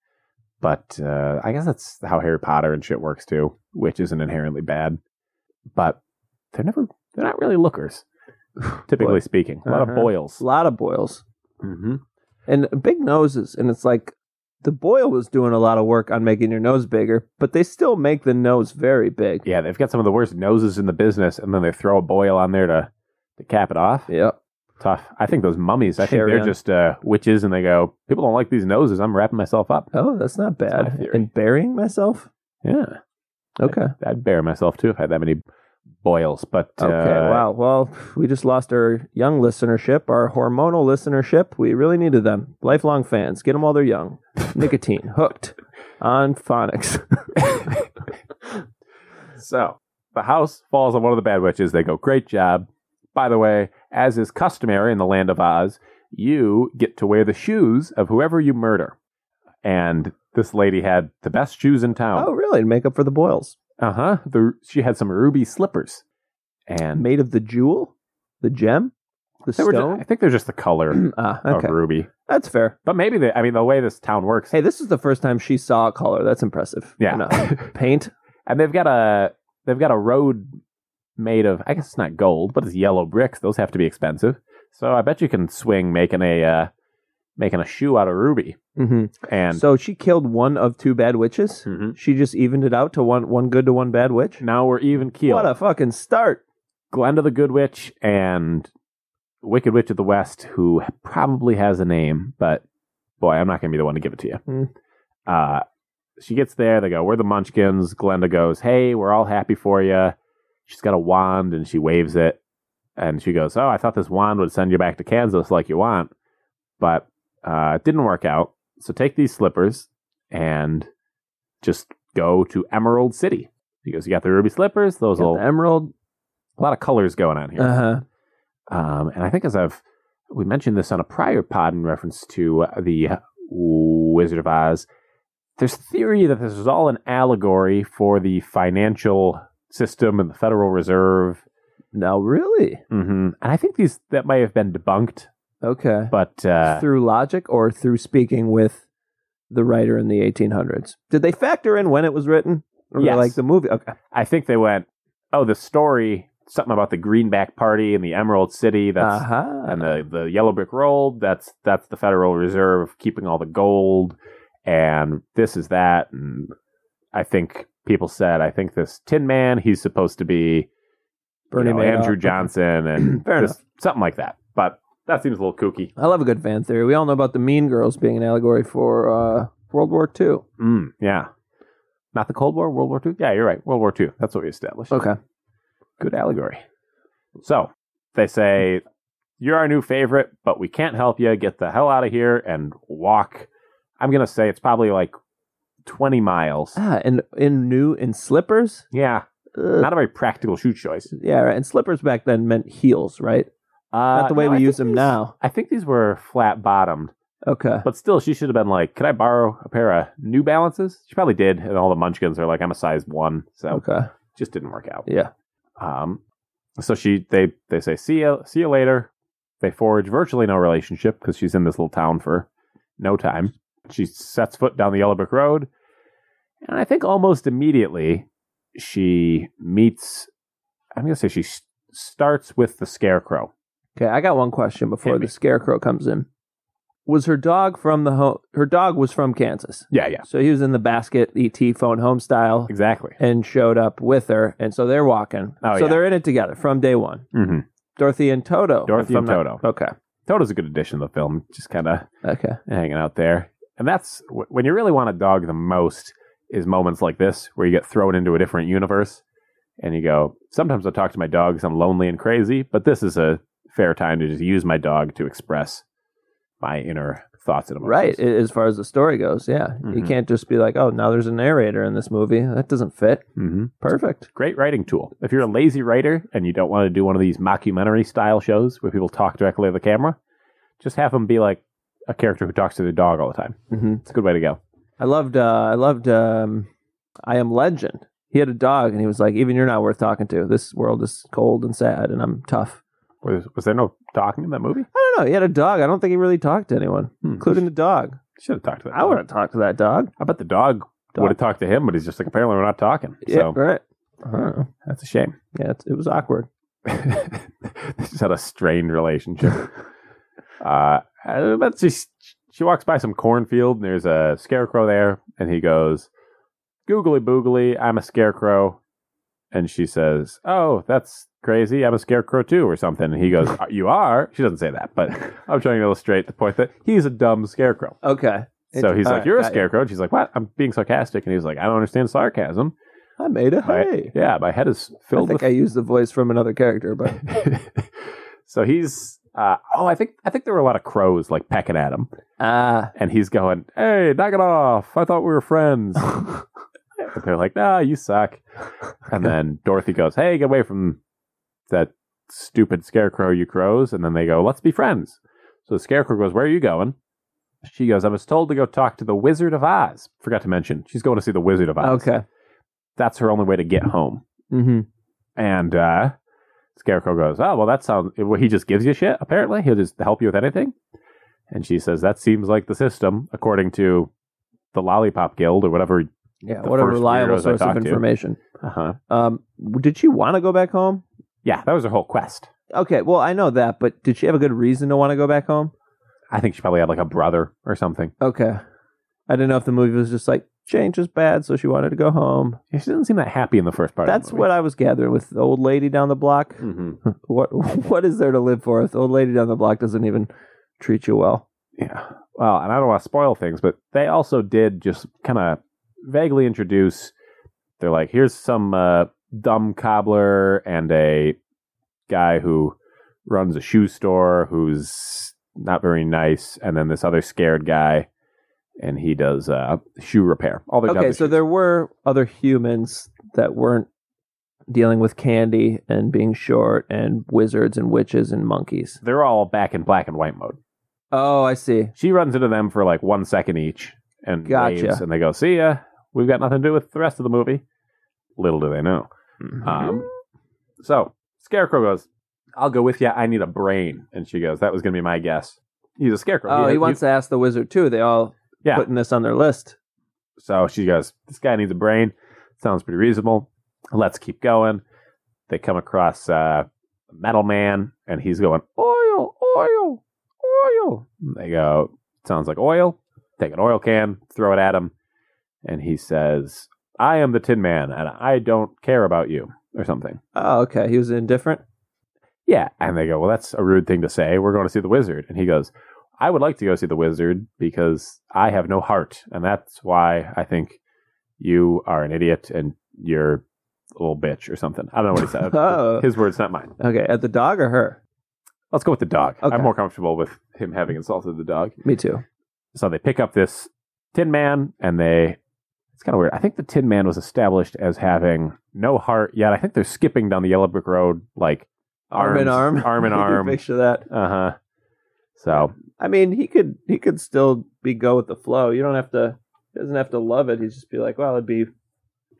Speaker 3: But uh, I guess that's how Harry Potter and shit works too. Witch isn't inherently bad. But they're never they're not really lookers, typically
Speaker 2: Boy.
Speaker 3: speaking. A lot of
Speaker 2: Uh-huh.
Speaker 3: boils.
Speaker 2: A lot of boils
Speaker 3: Mm-hmm.
Speaker 2: and big noses, and it's like the boil was doing a lot of work on making your nose bigger, but they still make the nose very big.
Speaker 3: Yeah, they've got some of the worst noses in the business, and then they throw a boil on there to, to cap it off.
Speaker 2: Yep.
Speaker 3: Tough. I think those mummies, I think
Speaker 2: Cherry
Speaker 3: they're
Speaker 2: on.
Speaker 3: just uh, witches, and they go, people don't like these noses. I'm wrapping myself up.
Speaker 2: Oh, that's not bad.
Speaker 3: my theory.
Speaker 2: and burying myself.
Speaker 3: Yeah.
Speaker 2: Okay.
Speaker 3: I'd bury myself too if I had that many boils. But
Speaker 2: Okay.
Speaker 3: uh,
Speaker 2: wow. Well, we just lost our young listenership, our hormonal listenership. We really needed them. Lifelong fans. Get them while they're
Speaker 3: (laughs)
Speaker 2: young. Nicotine hooked on phonics.
Speaker 3: So the house falls on one of the bad witches. They go, Great job. By the way, as is customary in the land of Oz, you get to wear the shoes of whoever you murder. And this lady had the best shoes in town.
Speaker 2: Oh, really? To make up for the boils.
Speaker 3: Uh huh. The she had some ruby slippers, and
Speaker 2: Made of the jewel, the gem, the
Speaker 3: they were. ju- I
Speaker 2: stone.
Speaker 3: think they're just Oh, the
Speaker 2: (clears throat)
Speaker 3: color
Speaker 2: ah,
Speaker 3: of
Speaker 2: okay.
Speaker 3: ruby.
Speaker 2: That's fair.
Speaker 3: But maybe they. I mean, the way this town works.
Speaker 2: Hey, this is the first time she saw a color. That's impressive.
Speaker 3: yeah.
Speaker 2: Enough.
Speaker 3: (laughs)
Speaker 2: Paint.
Speaker 3: and they've got a they've got a road made of. I guess it's not gold, but it's yellow bricks. Those have to be expensive. So I bet you can swing making a uh, making a shoe out of ruby.
Speaker 2: hmm
Speaker 3: And
Speaker 2: So mm-hmm. she killed one of two bad witches.
Speaker 3: Mhm.
Speaker 2: She just evened it out to one one good to one bad witch.
Speaker 3: now we're even keel.
Speaker 2: What a fucking start.
Speaker 3: Glenda the Good Witch and Wicked Witch of the West, who probably has a name, but boy, I'm not going to be the one to give it to you.
Speaker 2: Hmm.
Speaker 3: Uh, she gets there. They go, "We're the Munchkins." Glenda goes, "Hey, we're all happy for you." She's got a wand and she waves it, and she goes, "Oh, I thought this wand would send you back to Kansas like you want, but uh, it didn't work out. So take these slippers and just go to Emerald City." She goes, "You got the ruby slippers? Those
Speaker 2: Got
Speaker 3: will
Speaker 2: the emerald.
Speaker 3: a lot of colors going on here.
Speaker 2: Uh huh.
Speaker 3: Um, and I think as I've we mentioned this on a prior pod in reference to uh, the Wizard of Oz. There's theory that this is all an allegory for the financial system and the Federal Reserve.
Speaker 2: No, really?
Speaker 3: hmm And I think these that might have been debunked,
Speaker 2: Okay.
Speaker 3: but uh,
Speaker 2: through logic or through speaking with the writer in the 1800s? Did they factor in when it was written? Or
Speaker 3: Yes.
Speaker 2: Like the movie? Okay.
Speaker 3: I think they went, oh, the story, something about the Greenback Party and the Emerald City. That's
Speaker 2: Uh-huh.
Speaker 3: and the the yellow brick road that's that's the federal reserve keeping all the gold and this is that and i think people said i think this tin man he's supposed to be you know,
Speaker 2: Madoff.
Speaker 3: andrew johnson (clears throat) and
Speaker 2: Fair
Speaker 3: this- something like that but that seems a little kooky
Speaker 2: I love a good fan theory. We all know about the Mean Girls being an allegory for uh, World War II.
Speaker 3: mm, yeah not the cold war world war ii yeah you're right world war ii that's what we established
Speaker 2: Okay.
Speaker 3: good allegory so they say you're our new favorite but we can't help you get the hell out of here and walk i'm gonna say it's probably like 20 miles
Speaker 2: (sighs) Ah, and in new in slippers.
Speaker 3: yeah
Speaker 2: Ugh.
Speaker 3: not a very practical shoe choice
Speaker 2: yeah, right. and slippers back then meant heels, right?
Speaker 3: uh,
Speaker 2: Not the way
Speaker 3: no,
Speaker 2: we
Speaker 3: I
Speaker 2: use
Speaker 3: think
Speaker 2: them
Speaker 3: these-
Speaker 2: now.
Speaker 3: i think these were flat bottomed
Speaker 2: Okay.
Speaker 3: but still she should have been like could i borrow a pair of new balances she probably did and all the munchkins are like i'm a size one so
Speaker 2: Okay.
Speaker 3: just didn't work out
Speaker 2: Yeah.
Speaker 3: Um, so she they they say see you see you later. They forge virtually no relationship because she's in this little town for no time. She sets foot down the yellow brick road, and I think almost immediately she meets. I'm gonna say she s- starts with the scarecrow.
Speaker 2: Okay. I got one question before
Speaker 3: Hit me.
Speaker 2: the scarecrow comes in. Was her dog from the home? Her dog was from Kansas,
Speaker 3: Yeah, yeah,
Speaker 2: so he was in the basket, ET phone home style,
Speaker 3: exactly.
Speaker 2: and showed up with her, and so they're walking.
Speaker 3: Oh,
Speaker 2: so
Speaker 3: yeah.
Speaker 2: they're in it together from day one.
Speaker 3: hmm
Speaker 2: Dorothy and Toto. if
Speaker 3: Dorothy
Speaker 2: I'm
Speaker 3: and
Speaker 2: not-
Speaker 3: Toto.
Speaker 2: okay.
Speaker 3: Toto's a good addition to the film. Just kind of
Speaker 2: Okay.
Speaker 3: hanging out there. And that's wh- when you really want a dog the most is moments like this where you get thrown into a different universe and you go, sometimes I talk to my dog 'cause I'm lonely and crazy, but this is a fair time to just use my dog to express my inner thoughts and emotions.
Speaker 2: Right. a- As far as the story goes, yeah. You
Speaker 3: Mhm.
Speaker 2: can't just be like, oh, now there's a narrator in this movie. That doesn't fit.
Speaker 3: hmm
Speaker 2: Perfect.
Speaker 3: Great writing tool. If you're a lazy writer and you don't want to do one of these mockumentary style shows where people talk directly to the camera, just have them be like a character who talks to their dog all the time.
Speaker 2: hmm
Speaker 3: It's a good way to go.
Speaker 2: I loved. Uh, I loved. Um, I am Legend. He had a dog, and he was like, even you're not worth talking to. This world is cold and sad, and I'm tough.
Speaker 3: Was, was there no talking in that movie?
Speaker 2: I don't know. He had a dog. I don't think he really talked to anyone,
Speaker 3: Hmm.
Speaker 2: including the dog.
Speaker 3: Should have talked to that.
Speaker 2: I
Speaker 3: dog.
Speaker 2: would have talked to that dog.
Speaker 3: I bet the dog,
Speaker 2: Dog.
Speaker 3: would have talked to him, but he's just like, apparently we're not talking.
Speaker 2: Yeah.
Speaker 3: So
Speaker 2: Right. I don't know.
Speaker 3: that's a shame. (laughs)
Speaker 2: Yeah. It, it was awkward.
Speaker 3: they just had a
Speaker 2: (laughs)
Speaker 3: strained relationship. uh, uh, but she, she walks by some cornfield and there's a scarecrow there, and he goes, Googly boogly, I'm a scarecrow. And she says, Oh, that's crazy. I'm a scarecrow too, or something. And
Speaker 2: (laughs)
Speaker 3: he goes, You are? She doesn't say that, but I'm trying to illustrate the point that he's a dumb scarecrow.
Speaker 2: Okay.
Speaker 3: So he's
Speaker 2: All
Speaker 3: like,
Speaker 2: right,
Speaker 3: You're a
Speaker 2: got you.
Speaker 3: scarecrow. And she's like, What? I'm being sarcastic. And he's like, I don't understand sarcasm.
Speaker 2: I made a
Speaker 3: My-
Speaker 2: hey.
Speaker 3: Yeah, my head is
Speaker 2: I
Speaker 3: filled
Speaker 2: think I used the voice from another character, but
Speaker 3: (laughs) with. so he's. Uh, oh, I think I think there were a lot of crows like pecking at him,
Speaker 2: ah,
Speaker 3: and he's going, "Hey, knock it off! I thought we
Speaker 2: (laughs)
Speaker 3: were friends." and they're like, "Nah, you suck." And then
Speaker 2: (laughs)
Speaker 3: Dorothy goes, "Hey, get away from that stupid scarecrow, you crows!" And then they go, "Let's be friends." So the scarecrow goes, "Where are you going?" She goes, "I was told to go talk to the Wizard of Oz." Forgot to mention, she's going to see the Wizard of Oz.
Speaker 2: okay.
Speaker 3: that's her only way to get home.
Speaker 2: Mm-hmm.
Speaker 3: And uh, Scarecrow goes, "Oh, well, that sounds. Well, he just gives you shit. Apparently, he'll just help you with anything." And she says, "That seems like the system, according to the Lollipop Guild or whatever."
Speaker 2: Yeah.
Speaker 3: The
Speaker 2: what a
Speaker 3: first weirdos
Speaker 2: reliable
Speaker 3: I
Speaker 2: source of
Speaker 3: talked to.
Speaker 2: information.
Speaker 3: Uh-huh.
Speaker 2: Um, did she want to go back home?
Speaker 3: Yeah, that was her whole quest.
Speaker 2: Okay, well, I know that, but did she have a good reason to want to go back home?
Speaker 3: I think she probably had like a brother or something.
Speaker 2: Okay. I didn't know if the movie was just like change is bad, so she wanted to go home.
Speaker 3: She doesn't seem that happy in the first part.
Speaker 2: That's what I was gathering with the old lady down the block.
Speaker 3: hmm
Speaker 2: What (laughs) what is there to live for if the old lady down the block doesn't even treat you well?
Speaker 3: Yeah. Well, and I don't want to spoil things, but they also did just kind of vaguely introduce. They're like, here's some uh, dumb cobbler and a guy who runs a shoe store who's not very nice, and then this other scared guy, and he does uh, shoe repair. All the
Speaker 2: Okay, so there were other humans that weren't dealing with candy and being short and wizards and witches and monkeys.
Speaker 3: they're all back in black and white mode.
Speaker 2: Oh, I see.
Speaker 3: She runs into them for like one second each and
Speaker 2: Gotcha.
Speaker 3: waves, and they go, "See ya." We've got nothing to do with the rest of the movie. Little do they know. Um,
Speaker 2: Mm-hmm.
Speaker 3: so Scarecrow goes, "I'll go with you. I need a brain." And she goes, "That was going to be my guess." He's a scarecrow.
Speaker 2: oh, he wants to ask the wizard too. They all
Speaker 3: Yeah.
Speaker 2: putting this on their list.
Speaker 3: So she goes, This guy needs a brain. Sounds pretty reasonable. Let's keep going. They come across uh, a metal man, and he's going, Oil, oil, oil. And They go, Sounds like oil. Take an oil can, throw it at him. And he says, I am the Tin Man, and I don't care about you, or something.
Speaker 2: Oh, okay. He was indifferent.
Speaker 3: Yeah. And they go, Well, that's a rude thing to say. We're going to see the wizard. And he goes, I would like to go see the wizard because I have no heart. And that's why I think you are an idiot and you're a little bitch or something. I don't know what he
Speaker 2: (laughs)
Speaker 3: said.
Speaker 2: Oh.
Speaker 3: His words, not mine.
Speaker 2: Okay, at the dog or her?
Speaker 3: Let's go with the dog.
Speaker 2: Okay.
Speaker 3: I'm more comfortable with him having insulted the dog.
Speaker 2: Me too.
Speaker 3: So they pick up this Tin Man and they. It's kind of weird. I think the Tin Man was established as having no heart yet. I think they're skipping down the yellow brick road like
Speaker 2: Arm in arm.
Speaker 3: arms- (laughs)
Speaker 2: (laughs)
Speaker 3: Arm in
Speaker 2: I did
Speaker 3: arm.
Speaker 2: Picture that.
Speaker 3: Uh huh. So
Speaker 2: I mean, he could he could still be go with the flow. You don't have to. He doesn't have to love it. He'd just be like, well, it'd be.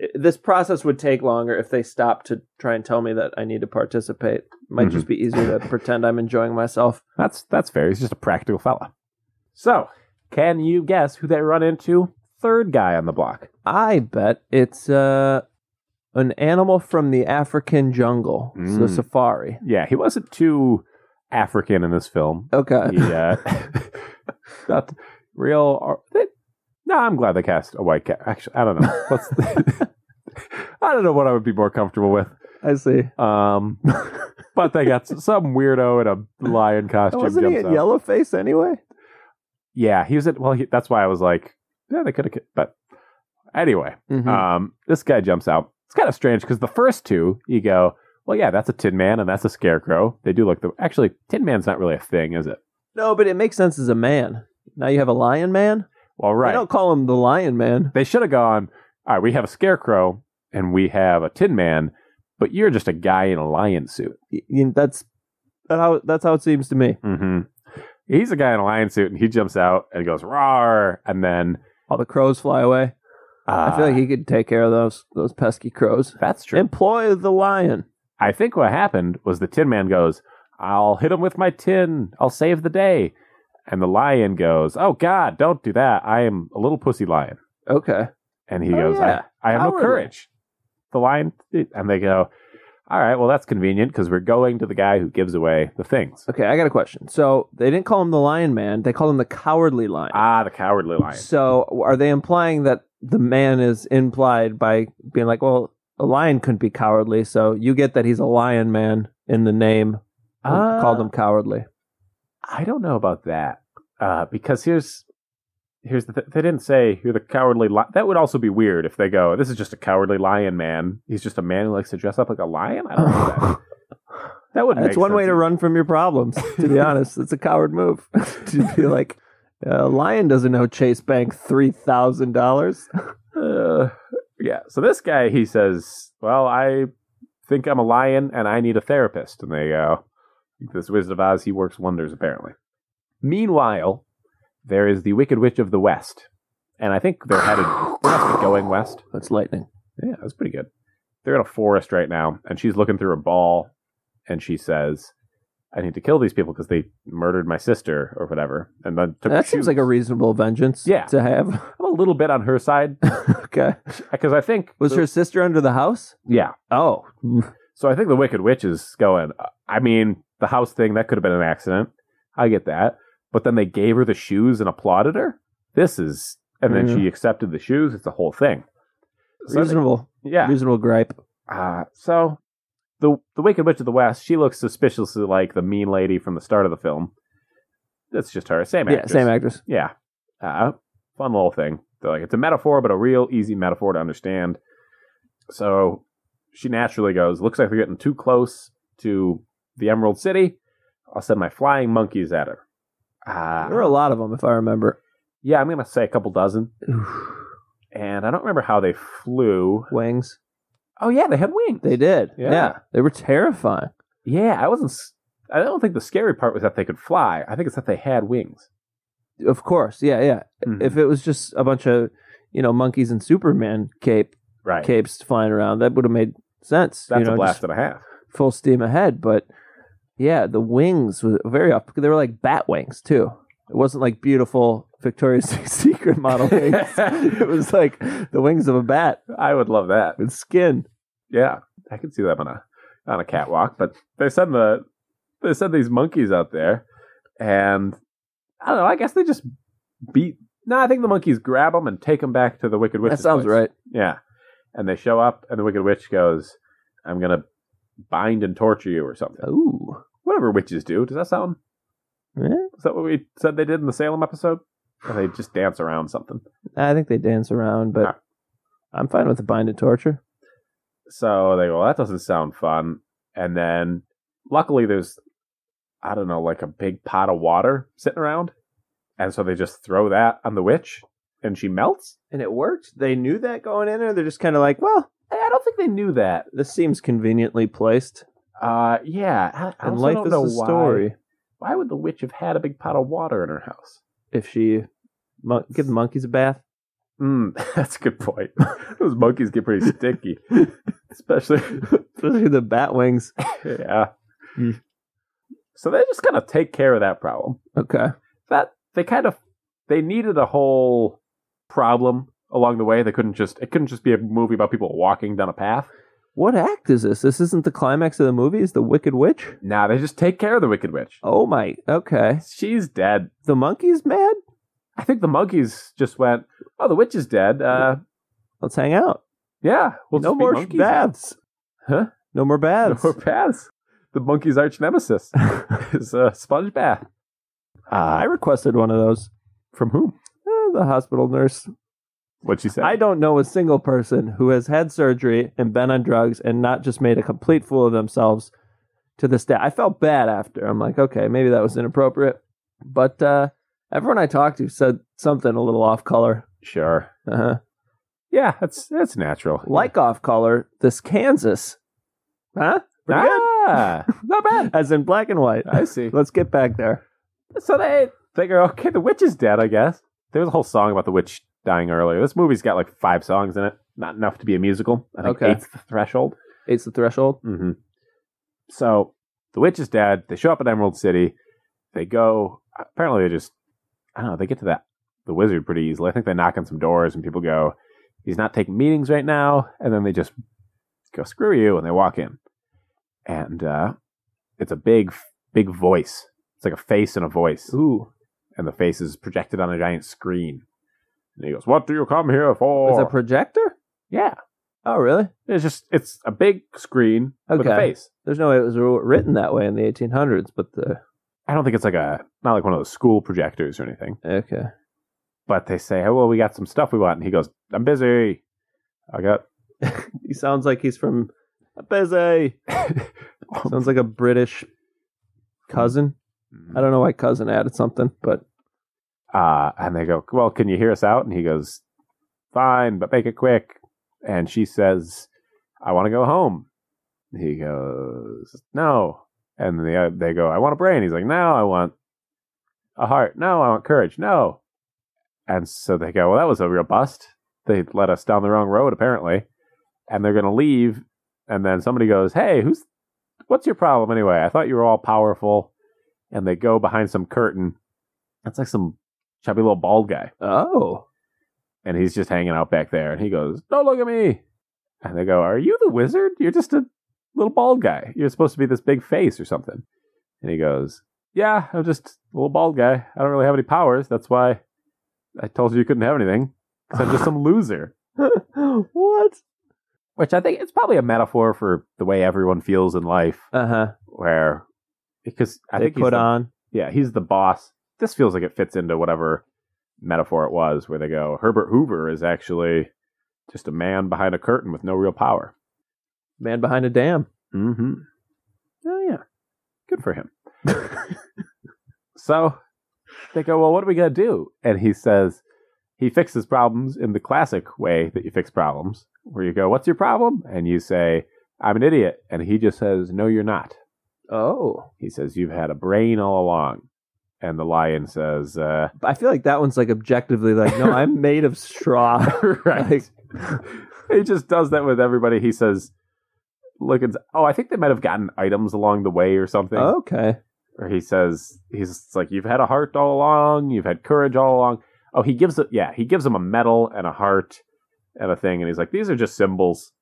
Speaker 2: i- This process would take longer if they stopped to try and tell me that I need to participate. Might
Speaker 3: Mm-hmm.
Speaker 2: just be easier to pretend I'm enjoying myself.
Speaker 3: That's that's fair. He's just a practical fella. So, can you guess who they run into? Third guy on the block.
Speaker 2: I bet it's uh, an animal from the African jungle, so
Speaker 3: Mm.
Speaker 2: safari.
Speaker 3: Yeah, he wasn't too African in this film.
Speaker 2: Okay.
Speaker 3: He,
Speaker 2: (laughs)
Speaker 3: uh, not real. or- they- No, I'm glad they cast a white cat. Actually, I don't know.
Speaker 2: (laughs)
Speaker 3: What's I don't know what I would be more comfortable with.
Speaker 2: I see.
Speaker 3: Um, (laughs) but they got some weirdo in a lion costume.
Speaker 2: Wasn't he
Speaker 3: jumps
Speaker 2: at
Speaker 3: out.
Speaker 2: yellow face anyway?
Speaker 3: Yeah, he was at. Well, he, that's why I was like, yeah, they could have. But anyway,
Speaker 2: Mm-hmm.
Speaker 3: Um, this guy jumps out. It's kind of strange because the first two, you go, well, yeah, that's a Tin Man and that's a Scarecrow. They do look the actually Tin Man's not really a thing, is it?
Speaker 2: no, but it makes sense as a man. Now you have a lion man.
Speaker 3: Well,
Speaker 2: I
Speaker 3: right.
Speaker 2: don't call him the lion man.
Speaker 3: They should have gone. All right, we have a Scarecrow and we have a Tin Man, but you're just a guy in a lion suit.
Speaker 2: Y- y- That's that how that's how it seems to me.
Speaker 3: Mm-hmm. He's a guy in a lion suit, and he jumps out and goes "rawr," and then
Speaker 2: All the crows fly away.
Speaker 3: uh,
Speaker 2: I feel like he could take care of those those pesky crows.
Speaker 3: that's true.
Speaker 2: Employ the lion.
Speaker 3: I think what happened was the Tin Man goes, I'll hit him with my tin. I'll save the day. And the lion goes, Oh, God, don't do that. I am a little pussy lion.
Speaker 2: Okay.
Speaker 3: And he
Speaker 2: Oh,
Speaker 3: goes, "Ah."
Speaker 2: yeah.
Speaker 3: I, I have
Speaker 2: Cowardly.
Speaker 3: no courage. The lion, and they go, All right, well, that's convenient because we're going to the guy who gives away the things.
Speaker 2: Okay, I got a question. So they didn't call him the lion man. They called him the cowardly lion.
Speaker 3: Ah, the cowardly lion.
Speaker 2: So are they implying that the man is implied by being like, well, a lion couldn't be cowardly, so you get that he's a lion man in the name.
Speaker 3: Ah.
Speaker 2: called him cowardly.
Speaker 3: I don't know about that uh, because here's here's the th- they didn't say you're the cowardly lion. That would also be weird if they go this is just a cowardly lion man. He's just a man who likes to dress up like a lion. I don't know that.
Speaker 2: (laughs)
Speaker 3: That would
Speaker 2: That's
Speaker 3: make
Speaker 2: one way
Speaker 3: sense.
Speaker 2: to run from your problems. To
Speaker 3: (laughs)
Speaker 2: be honest, it's a coward move. (laughs) to be like, a lion doesn't know Chase Bank three thousand dollars.
Speaker 3: Uh, yeah. So this guy he says, well, I think I'm a lion and I need a therapist. And they go, this Wizard of Oz he works wonders apparently. Meanwhile, there is the Wicked Witch of the West, and I think they're headed they must be going west.
Speaker 2: That's lightning.
Speaker 3: Yeah, that's pretty good. They're in a forest right now, and she's looking through a ball, and she says, "I need to kill these people because they murdered my sister or whatever." And then took
Speaker 2: That seems like a
Speaker 3: re-
Speaker 2: reasonable vengeance.
Speaker 3: Yeah.
Speaker 2: To have. (laughs)
Speaker 3: I'm a little bit on her side
Speaker 2: okay.
Speaker 3: because I think
Speaker 2: Was her sister under the house?
Speaker 3: yeah.
Speaker 2: Oh.
Speaker 3: So I think the Wicked Witch is going. I mean, the house thing that could have been an accident. I get that, but then they gave her the shoes and applauded her. This is, and then
Speaker 2: Yeah.
Speaker 3: she accepted the shoes. It's a whole thing. So I
Speaker 2: (laughs)
Speaker 3: think-
Speaker 2: Reasonable.
Speaker 3: yeah.
Speaker 2: Reasonable gripe.
Speaker 3: Uh, so the the Wicked Witch of the West, she looks suspiciously like the mean lady from the start of the film. That's just her, same
Speaker 2: Yeah.
Speaker 3: actress.
Speaker 2: Same actress.
Speaker 3: Yeah, uh, fun little thing. They're like it's a metaphor, but a real easy metaphor to understand. So she naturally goes, "Looks like we're getting too close to the Emerald City. I'll send my flying monkeys at her."
Speaker 2: There were a
Speaker 3: Uh,
Speaker 2: lot of them, if I remember.
Speaker 3: yeah, I'm gonna say a couple dozen, and I don't remember how they flew.
Speaker 2: Wings.
Speaker 3: Oh yeah, they had wings.
Speaker 2: They did.
Speaker 3: Yeah.
Speaker 2: They were terrifying.
Speaker 3: Yeah, I wasn't. s- I don't think the scary part was that they could fly. I think it's that they had wings.
Speaker 2: Of course, yeah, yeah.
Speaker 3: Mhm.
Speaker 2: If it was just a bunch of you know monkeys in Superman cape
Speaker 3: right.
Speaker 2: capes flying around, that would have made sense.
Speaker 3: That's
Speaker 2: you know,
Speaker 3: a blast
Speaker 2: just
Speaker 3: and a half.
Speaker 2: full steam ahead. But yeah, the wings were very off. They were like bat wings too. It wasn't like beautiful Victoria's (laughs) Secret model wings. (laughs)
Speaker 3: (laughs)
Speaker 2: it was like the wings of a bat
Speaker 3: I would love that.
Speaker 2: with skin.
Speaker 3: Yeah, I could see them on a on a catwalk. But they send the they send these monkeys out there, and I don't know. I guess they just beat. No, I think the monkeys grab them and take them back to the Wicked Witch.
Speaker 2: that sounds right.
Speaker 3: Yeah, and they show up, and the Wicked Witch goes, "I'm gonna bind and torture you or something."
Speaker 2: Ooh,
Speaker 3: Whatever witches do. Does that sound?
Speaker 2: Eh?
Speaker 3: Is that what we said they did in the Salem episode? Or they just dance around something.
Speaker 2: I think they dance around, but
Speaker 3: Ah.
Speaker 2: I'm fine with the bind and torture.
Speaker 3: So they go, well, that doesn't sound fun. And then luckily there's, I don't know, like a big pot of water sitting around. And so they just throw that on the witch and she melts.
Speaker 2: And it worked. They knew that going in, or they're just kind of like, well,
Speaker 3: I- I don't think they knew that.
Speaker 2: this seems conveniently placed.
Speaker 3: Uh, yeah. I, I
Speaker 2: And
Speaker 3: also
Speaker 2: life
Speaker 3: don't
Speaker 2: is
Speaker 3: know
Speaker 2: a
Speaker 3: why.
Speaker 2: story.
Speaker 3: Why would the witch have had a big pot of water in her house?
Speaker 2: If she mon- give the monkeys a bath, (laughs)
Speaker 3: Mm, (laughs) that's a good point. Those monkeys get pretty
Speaker 2: (laughs)
Speaker 3: sticky, especially
Speaker 2: especially the bat wings.
Speaker 3: yeah.
Speaker 2: Hmm.
Speaker 3: So they just kind of take care of that problem.
Speaker 2: Okay.
Speaker 3: that they kind of they needed a whole problem along the way. They couldn't just it couldn't just be a movie about people walking down a path.
Speaker 2: What act is this? This isn't the climax of the movie. Is the Wicked Witch?
Speaker 3: Nah, they just take care of the Wicked Witch.
Speaker 2: Oh my. Okay.
Speaker 3: She's dead.
Speaker 2: The monkeys mad.
Speaker 3: I think the monkeys just went, "Oh, the witch is dead." Uh,
Speaker 2: Let's hang out.
Speaker 3: yeah, we'll
Speaker 2: no
Speaker 3: just be
Speaker 2: more
Speaker 3: monkeys.
Speaker 2: baths.
Speaker 3: Huh?
Speaker 2: No more
Speaker 3: (laughs) No
Speaker 2: baths.
Speaker 3: more baths. The monkey's arch nemesis is a sponge bath.
Speaker 2: (laughs) I
Speaker 3: Uh,
Speaker 2: requested one of those.
Speaker 3: from whom?
Speaker 2: Eh, the hospital nurse.
Speaker 3: What'd she say?
Speaker 2: I don't know a single person who has had surgery and been on drugs and not just made a complete fool of themselves to this day. I felt bad after. I'm like, okay, maybe that was inappropriate. But uh, everyone I talked to said something a little off color.
Speaker 3: sure.
Speaker 2: Uh-huh.
Speaker 3: Yeah, that's that's natural.
Speaker 2: Like off color, this Kansas. Huh? Pretty
Speaker 3: ah, not bad.
Speaker 2: good. As in black and white.
Speaker 3: I
Speaker 2: (laughs)
Speaker 3: see.
Speaker 2: Let's get back there.
Speaker 3: So they they go, okay, the witch is dead, I guess. There was a whole song about the witch dying earlier. This movie's got like five songs in it, not enough to be a musical. I think
Speaker 2: Okay.
Speaker 3: eight's the threshold.
Speaker 2: Eight's the threshold.
Speaker 3: Mm-hmm. So the witch is dead. They show up at Emerald City. They go. Apparently, they just I don't know. They get to that the wizard pretty easily. I think they knock on some doors and people go, "He's not taking meetings right now." And then they just go, "Screw you!" and they walk in. And uh, it's a big, big voice. It's like a face and a voice
Speaker 2: Ooh.
Speaker 3: and the face is projected on a giant screen. And he goes, "What do you come here
Speaker 2: Is
Speaker 3: for?"
Speaker 2: a projector?
Speaker 3: yeah,
Speaker 2: Oh, really?
Speaker 3: it's just it's a big screen with a
Speaker 2: Okay.
Speaker 3: face.
Speaker 2: There's no way it was written that way in the 1800s, but the.
Speaker 3: I don't think it's like a not like one of those school projectors or anything.
Speaker 2: Okay.
Speaker 3: But they say, "Oh well, we got some stuff we want," and he goes, "I'm busy. I got
Speaker 2: He sounds like he's from I'm busy. (laughs) sounds like a British cousin. I don't know why cousin added something, but
Speaker 3: Uh, and they go, Well, can you hear us out? And he goes, Fine, but make it quick. And she says, I want to go home. He goes, No. And the, uh, they go, I want a brain. He's like, No, I want a heart. No, I want courage. No. And so they go, Well, that was a real bust. They led us down the wrong road, apparently. And they're going to leave. And then somebody goes, Hey, who's, what's your problem anyway? I thought you were all powerful. And they go behind some curtain. That's like some chubby little bald guy.
Speaker 2: oh,
Speaker 3: And he's just hanging out back there. And he goes, Don't look at me. And they go, Are you the wizard? You're just a little bald guy. You're supposed to be this big face or something. And he goes, Yeah, I'm just a little bald guy. I don't really have any powers. That's why I told you you couldn't have anything. 'Cause I'm
Speaker 2: (laughs)
Speaker 3: just some loser.
Speaker 2: what?
Speaker 3: Which I think it's probably a metaphor for the way everyone feels in life,
Speaker 2: Uh huh.
Speaker 3: where because I
Speaker 2: They
Speaker 3: think he's
Speaker 2: put
Speaker 3: the-
Speaker 2: on.
Speaker 3: yeah, he's the boss. This feels like it fits into whatever metaphor it was where they go, Herbert Hoover is actually just a man behind a curtain with no real power.
Speaker 2: Man behind a dam.
Speaker 3: Mm-hmm. Oh yeah. Good for him. so they go, Well, what are we gonna do? And he says he fixes problems in the classic way that you fix problems, where you go, What's your problem? And you say, I'm an idiot. And he just says, No, you're not.
Speaker 2: Oh,
Speaker 3: He says, You've had a brain all along. And the lion says, uh,
Speaker 2: I feel like that one's like objectively like, no, I'm made of (laughs) straw.
Speaker 3: Right. he just does that with everybody. He says, Look, it's, oh, I think they might have gotten items along the way or something.
Speaker 2: okay.
Speaker 3: Or he says, He's like, You've had a heart all along. You've had courage all along. Oh, he gives it, yeah, he gives him a medal and a heart and a thing. And he's like, These are just symbols.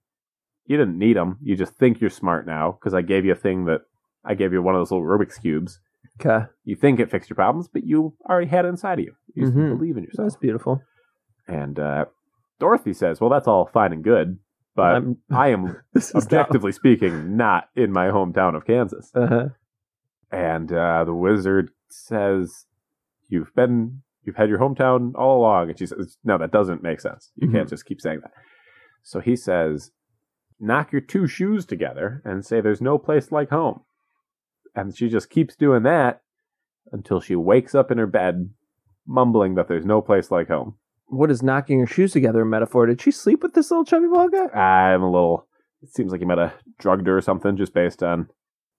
Speaker 3: You didn't need them. You just think you're smart now because I gave you a thing that I gave you one of those little Rubik's cubes.
Speaker 2: Okay.
Speaker 3: you think it fixed your problems, but you already had it inside of you. You just
Speaker 2: Mhm.
Speaker 3: believe in
Speaker 2: So
Speaker 3: yourself.
Speaker 2: that's beautiful.
Speaker 3: And uh, Dorothy says, "Well, that's all fine and good, but
Speaker 2: I'm,
Speaker 3: I am,
Speaker 2: this is not-
Speaker 3: objectively speaking, not in my hometown of Kansas."
Speaker 2: Uh-huh.
Speaker 3: And uh, the wizard says, "You've been, you've had your hometown all along." And she says, "No, that doesn't make sense. You can't just keep saying that." So he says, "Knock your two shoes together and say there's no place like home." And she just keeps doing that until she wakes up in her bed, mumbling that there's no place like home.
Speaker 2: What is knocking her shoes together a metaphor? Did she sleep with this little chubby ball guy?
Speaker 3: Ah, I'm a little. It seems like you might have drugged her or something, just based on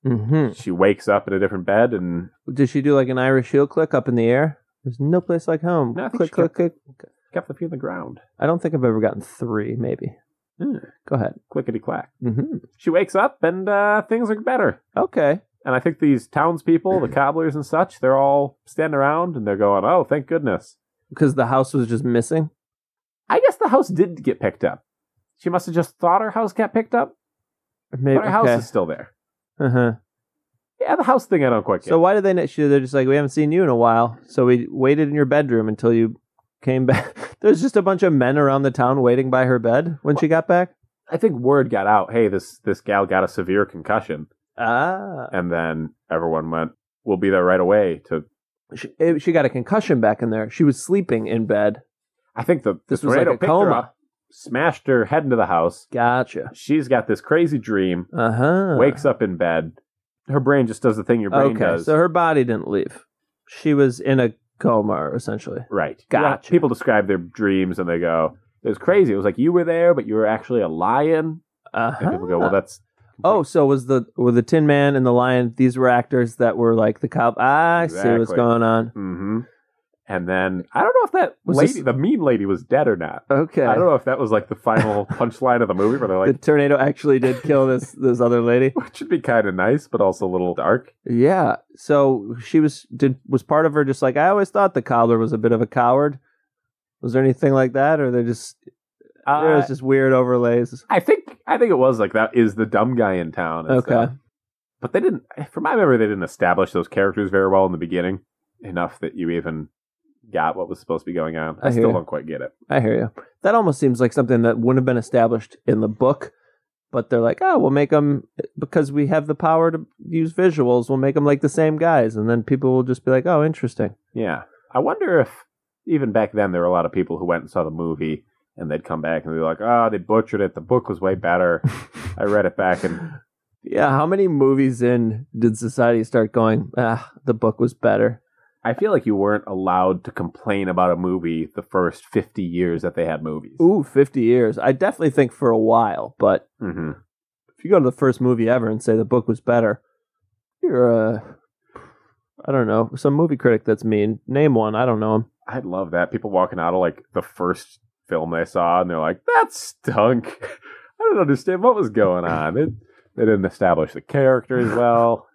Speaker 2: Mm-hmm.
Speaker 3: she wakes up in a different bed and
Speaker 2: Did she do like an Irish heel click up in the air? There's no place like home.
Speaker 3: No, I think
Speaker 2: click,
Speaker 3: she
Speaker 2: click,
Speaker 3: kept-
Speaker 2: click.
Speaker 3: kept the feet on the ground,
Speaker 2: I don't think I've ever gotten three, maybe.
Speaker 3: Hmm.
Speaker 2: Go ahead.
Speaker 3: clickety clack.
Speaker 2: Mm-hmm.
Speaker 3: she wakes up and uh, things are better.
Speaker 2: Okay.
Speaker 3: And I think
Speaker 2: (clears throat)
Speaker 3: these townspeople, the cobblers and such, they're all standing around and they're going, "Oh, thank goodness."
Speaker 2: Because the house was just missing.
Speaker 3: I guess the house did get picked up. She must have just thought her house got picked up,
Speaker 2: Maybe.
Speaker 3: but her house
Speaker 2: Eh, okay.
Speaker 3: is still there.
Speaker 2: Uh-huh.
Speaker 3: Yeah, the house thing I don't quite get.
Speaker 2: So why did they? not- she- They're just like we haven't seen you in a while, so we waited in your bedroom until you came back. (laughs) There's just a bunch of men around the town waiting by her bed when she got back.
Speaker 3: I think word got out, "Hey, this this gal got a severe concussion,"
Speaker 2: Ah,
Speaker 3: and then everyone went, "We'll be there right away." To
Speaker 2: she, eh, she got a concussion back in there. She was sleeping in bed.
Speaker 3: I think the, the
Speaker 2: This was like
Speaker 3: tornado
Speaker 2: a
Speaker 3: picked her
Speaker 2: coma.
Speaker 3: up, smashed her head into the house.
Speaker 2: Gotcha.
Speaker 3: She's got this crazy dream,
Speaker 2: Uh huh.
Speaker 3: wakes up in bed. Her brain just does the thing your brain
Speaker 2: Okay,
Speaker 3: does.
Speaker 2: so her body didn't leave. She was in a coma, essentially.
Speaker 3: Right.
Speaker 2: Gotcha.
Speaker 3: people describe their dreams and they go, it was crazy. It was like you were there, but you were actually a lion.
Speaker 2: Uh
Speaker 3: And people go, well, that's.
Speaker 2: Oh, so was the were the Tin Man and the Lion? These were actors that were like the cop. I see what's
Speaker 3: Exactly.
Speaker 2: going on.
Speaker 3: hmm And then I don't know if that
Speaker 2: Was
Speaker 3: lady,
Speaker 2: this-
Speaker 3: the mean lady, was dead or not.
Speaker 2: Okay,
Speaker 3: I don't know if that was like
Speaker 2: (laughs)
Speaker 3: the final punchline of the movie where they're like,
Speaker 2: the tornado actually did kill this (laughs) this other lady.
Speaker 3: (laughs) which should be kind of nice, but also a little dark.
Speaker 2: Yeah. So she was did was part of her just like I always thought the cobbler was a bit of a coward. Was there anything like that, or they're just
Speaker 3: Uh,
Speaker 2: there was just weird overlays?
Speaker 3: I think I think it was like that is the dumb guy in town. and
Speaker 2: Okay.
Speaker 3: stuff. But they didn't, from my memory, they didn't establish those characters very well in the beginning enough that you even got what was supposed to be going on.
Speaker 2: I
Speaker 3: I,
Speaker 2: hear
Speaker 3: still
Speaker 2: you.
Speaker 3: don't quite get it.
Speaker 2: I hear you. That almost seems like something that wouldn't have been established in the book, but they're like, oh, we'll make them because we have the power to use visuals. We'll make them like the same guys, and then people will just be like, oh, interesting.
Speaker 3: Yeah. I wonder if even back then there were a lot of people who went and saw the movie and they'd come back and they'd be like, oh, they butchered it. The book was
Speaker 2: (laughs)
Speaker 3: way better. I read it back and
Speaker 2: Yeah. How many movies in did society start going? Ah, the book was better.
Speaker 3: I feel like you weren't allowed to complain about a movie the first 50 years that they had movies.
Speaker 2: Ooh, fifty years. I definitely think for a while, but
Speaker 3: hmm
Speaker 2: if you go to the first movie ever and say the book was better, you're a I don't know, some movie critic that's mean. Name one, I don't know him.
Speaker 3: I'd love that. People walking out of like the first film they saw and they're like, that stunk. (laughs) I don't understand what was going on. It, they didn't establish the characters well.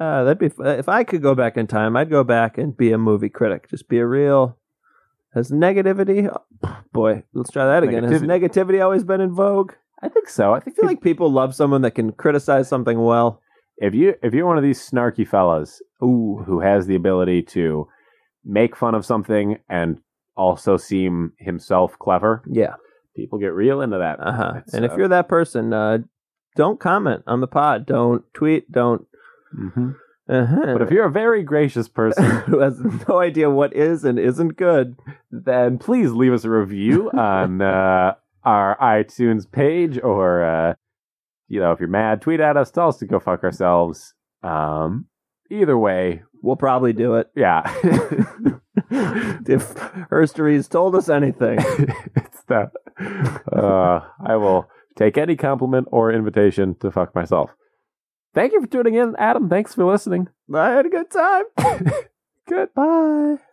Speaker 2: Uh, that'd be f- if I could go back in time, I'd go back and be a movie critic. Just be a real. Has negativity, (sighs) boy, let's try that again. Has
Speaker 3: Negativity.
Speaker 2: negativity always been in vogue?
Speaker 3: I think so. I
Speaker 2: I
Speaker 3: think
Speaker 2: feel like people love someone that can criticize something well.
Speaker 3: if you if you're one of these snarky fellas
Speaker 2: Ooh,
Speaker 3: who has the ability to make fun of something and also seem himself clever.
Speaker 2: yeah,
Speaker 3: People get real into that.
Speaker 2: uh huh.
Speaker 3: It's,
Speaker 2: And if you're that person, uh, don't comment on the pod. Don't tweet. Don't.
Speaker 3: Mhm.
Speaker 2: Uh huh.
Speaker 3: but if you're a very gracious person,
Speaker 2: (laughs) who has no idea what is and isn't good.
Speaker 3: then please leave us a review on uh, our iTunes page, or uh, you know, if you're mad, tweet at us. Tell us to go fuck ourselves. Um, either way,
Speaker 2: We'll probably do it. (laughs)
Speaker 3: yeah, (laughs)
Speaker 2: if Herstories told us anything. (laughs)
Speaker 3: it's the uh, I will take any compliment or invitation to fuck myself. Thank you for tuning in, Adam. Thanks for listening.
Speaker 2: I had a good time.
Speaker 3: Good.
Speaker 2: Bye.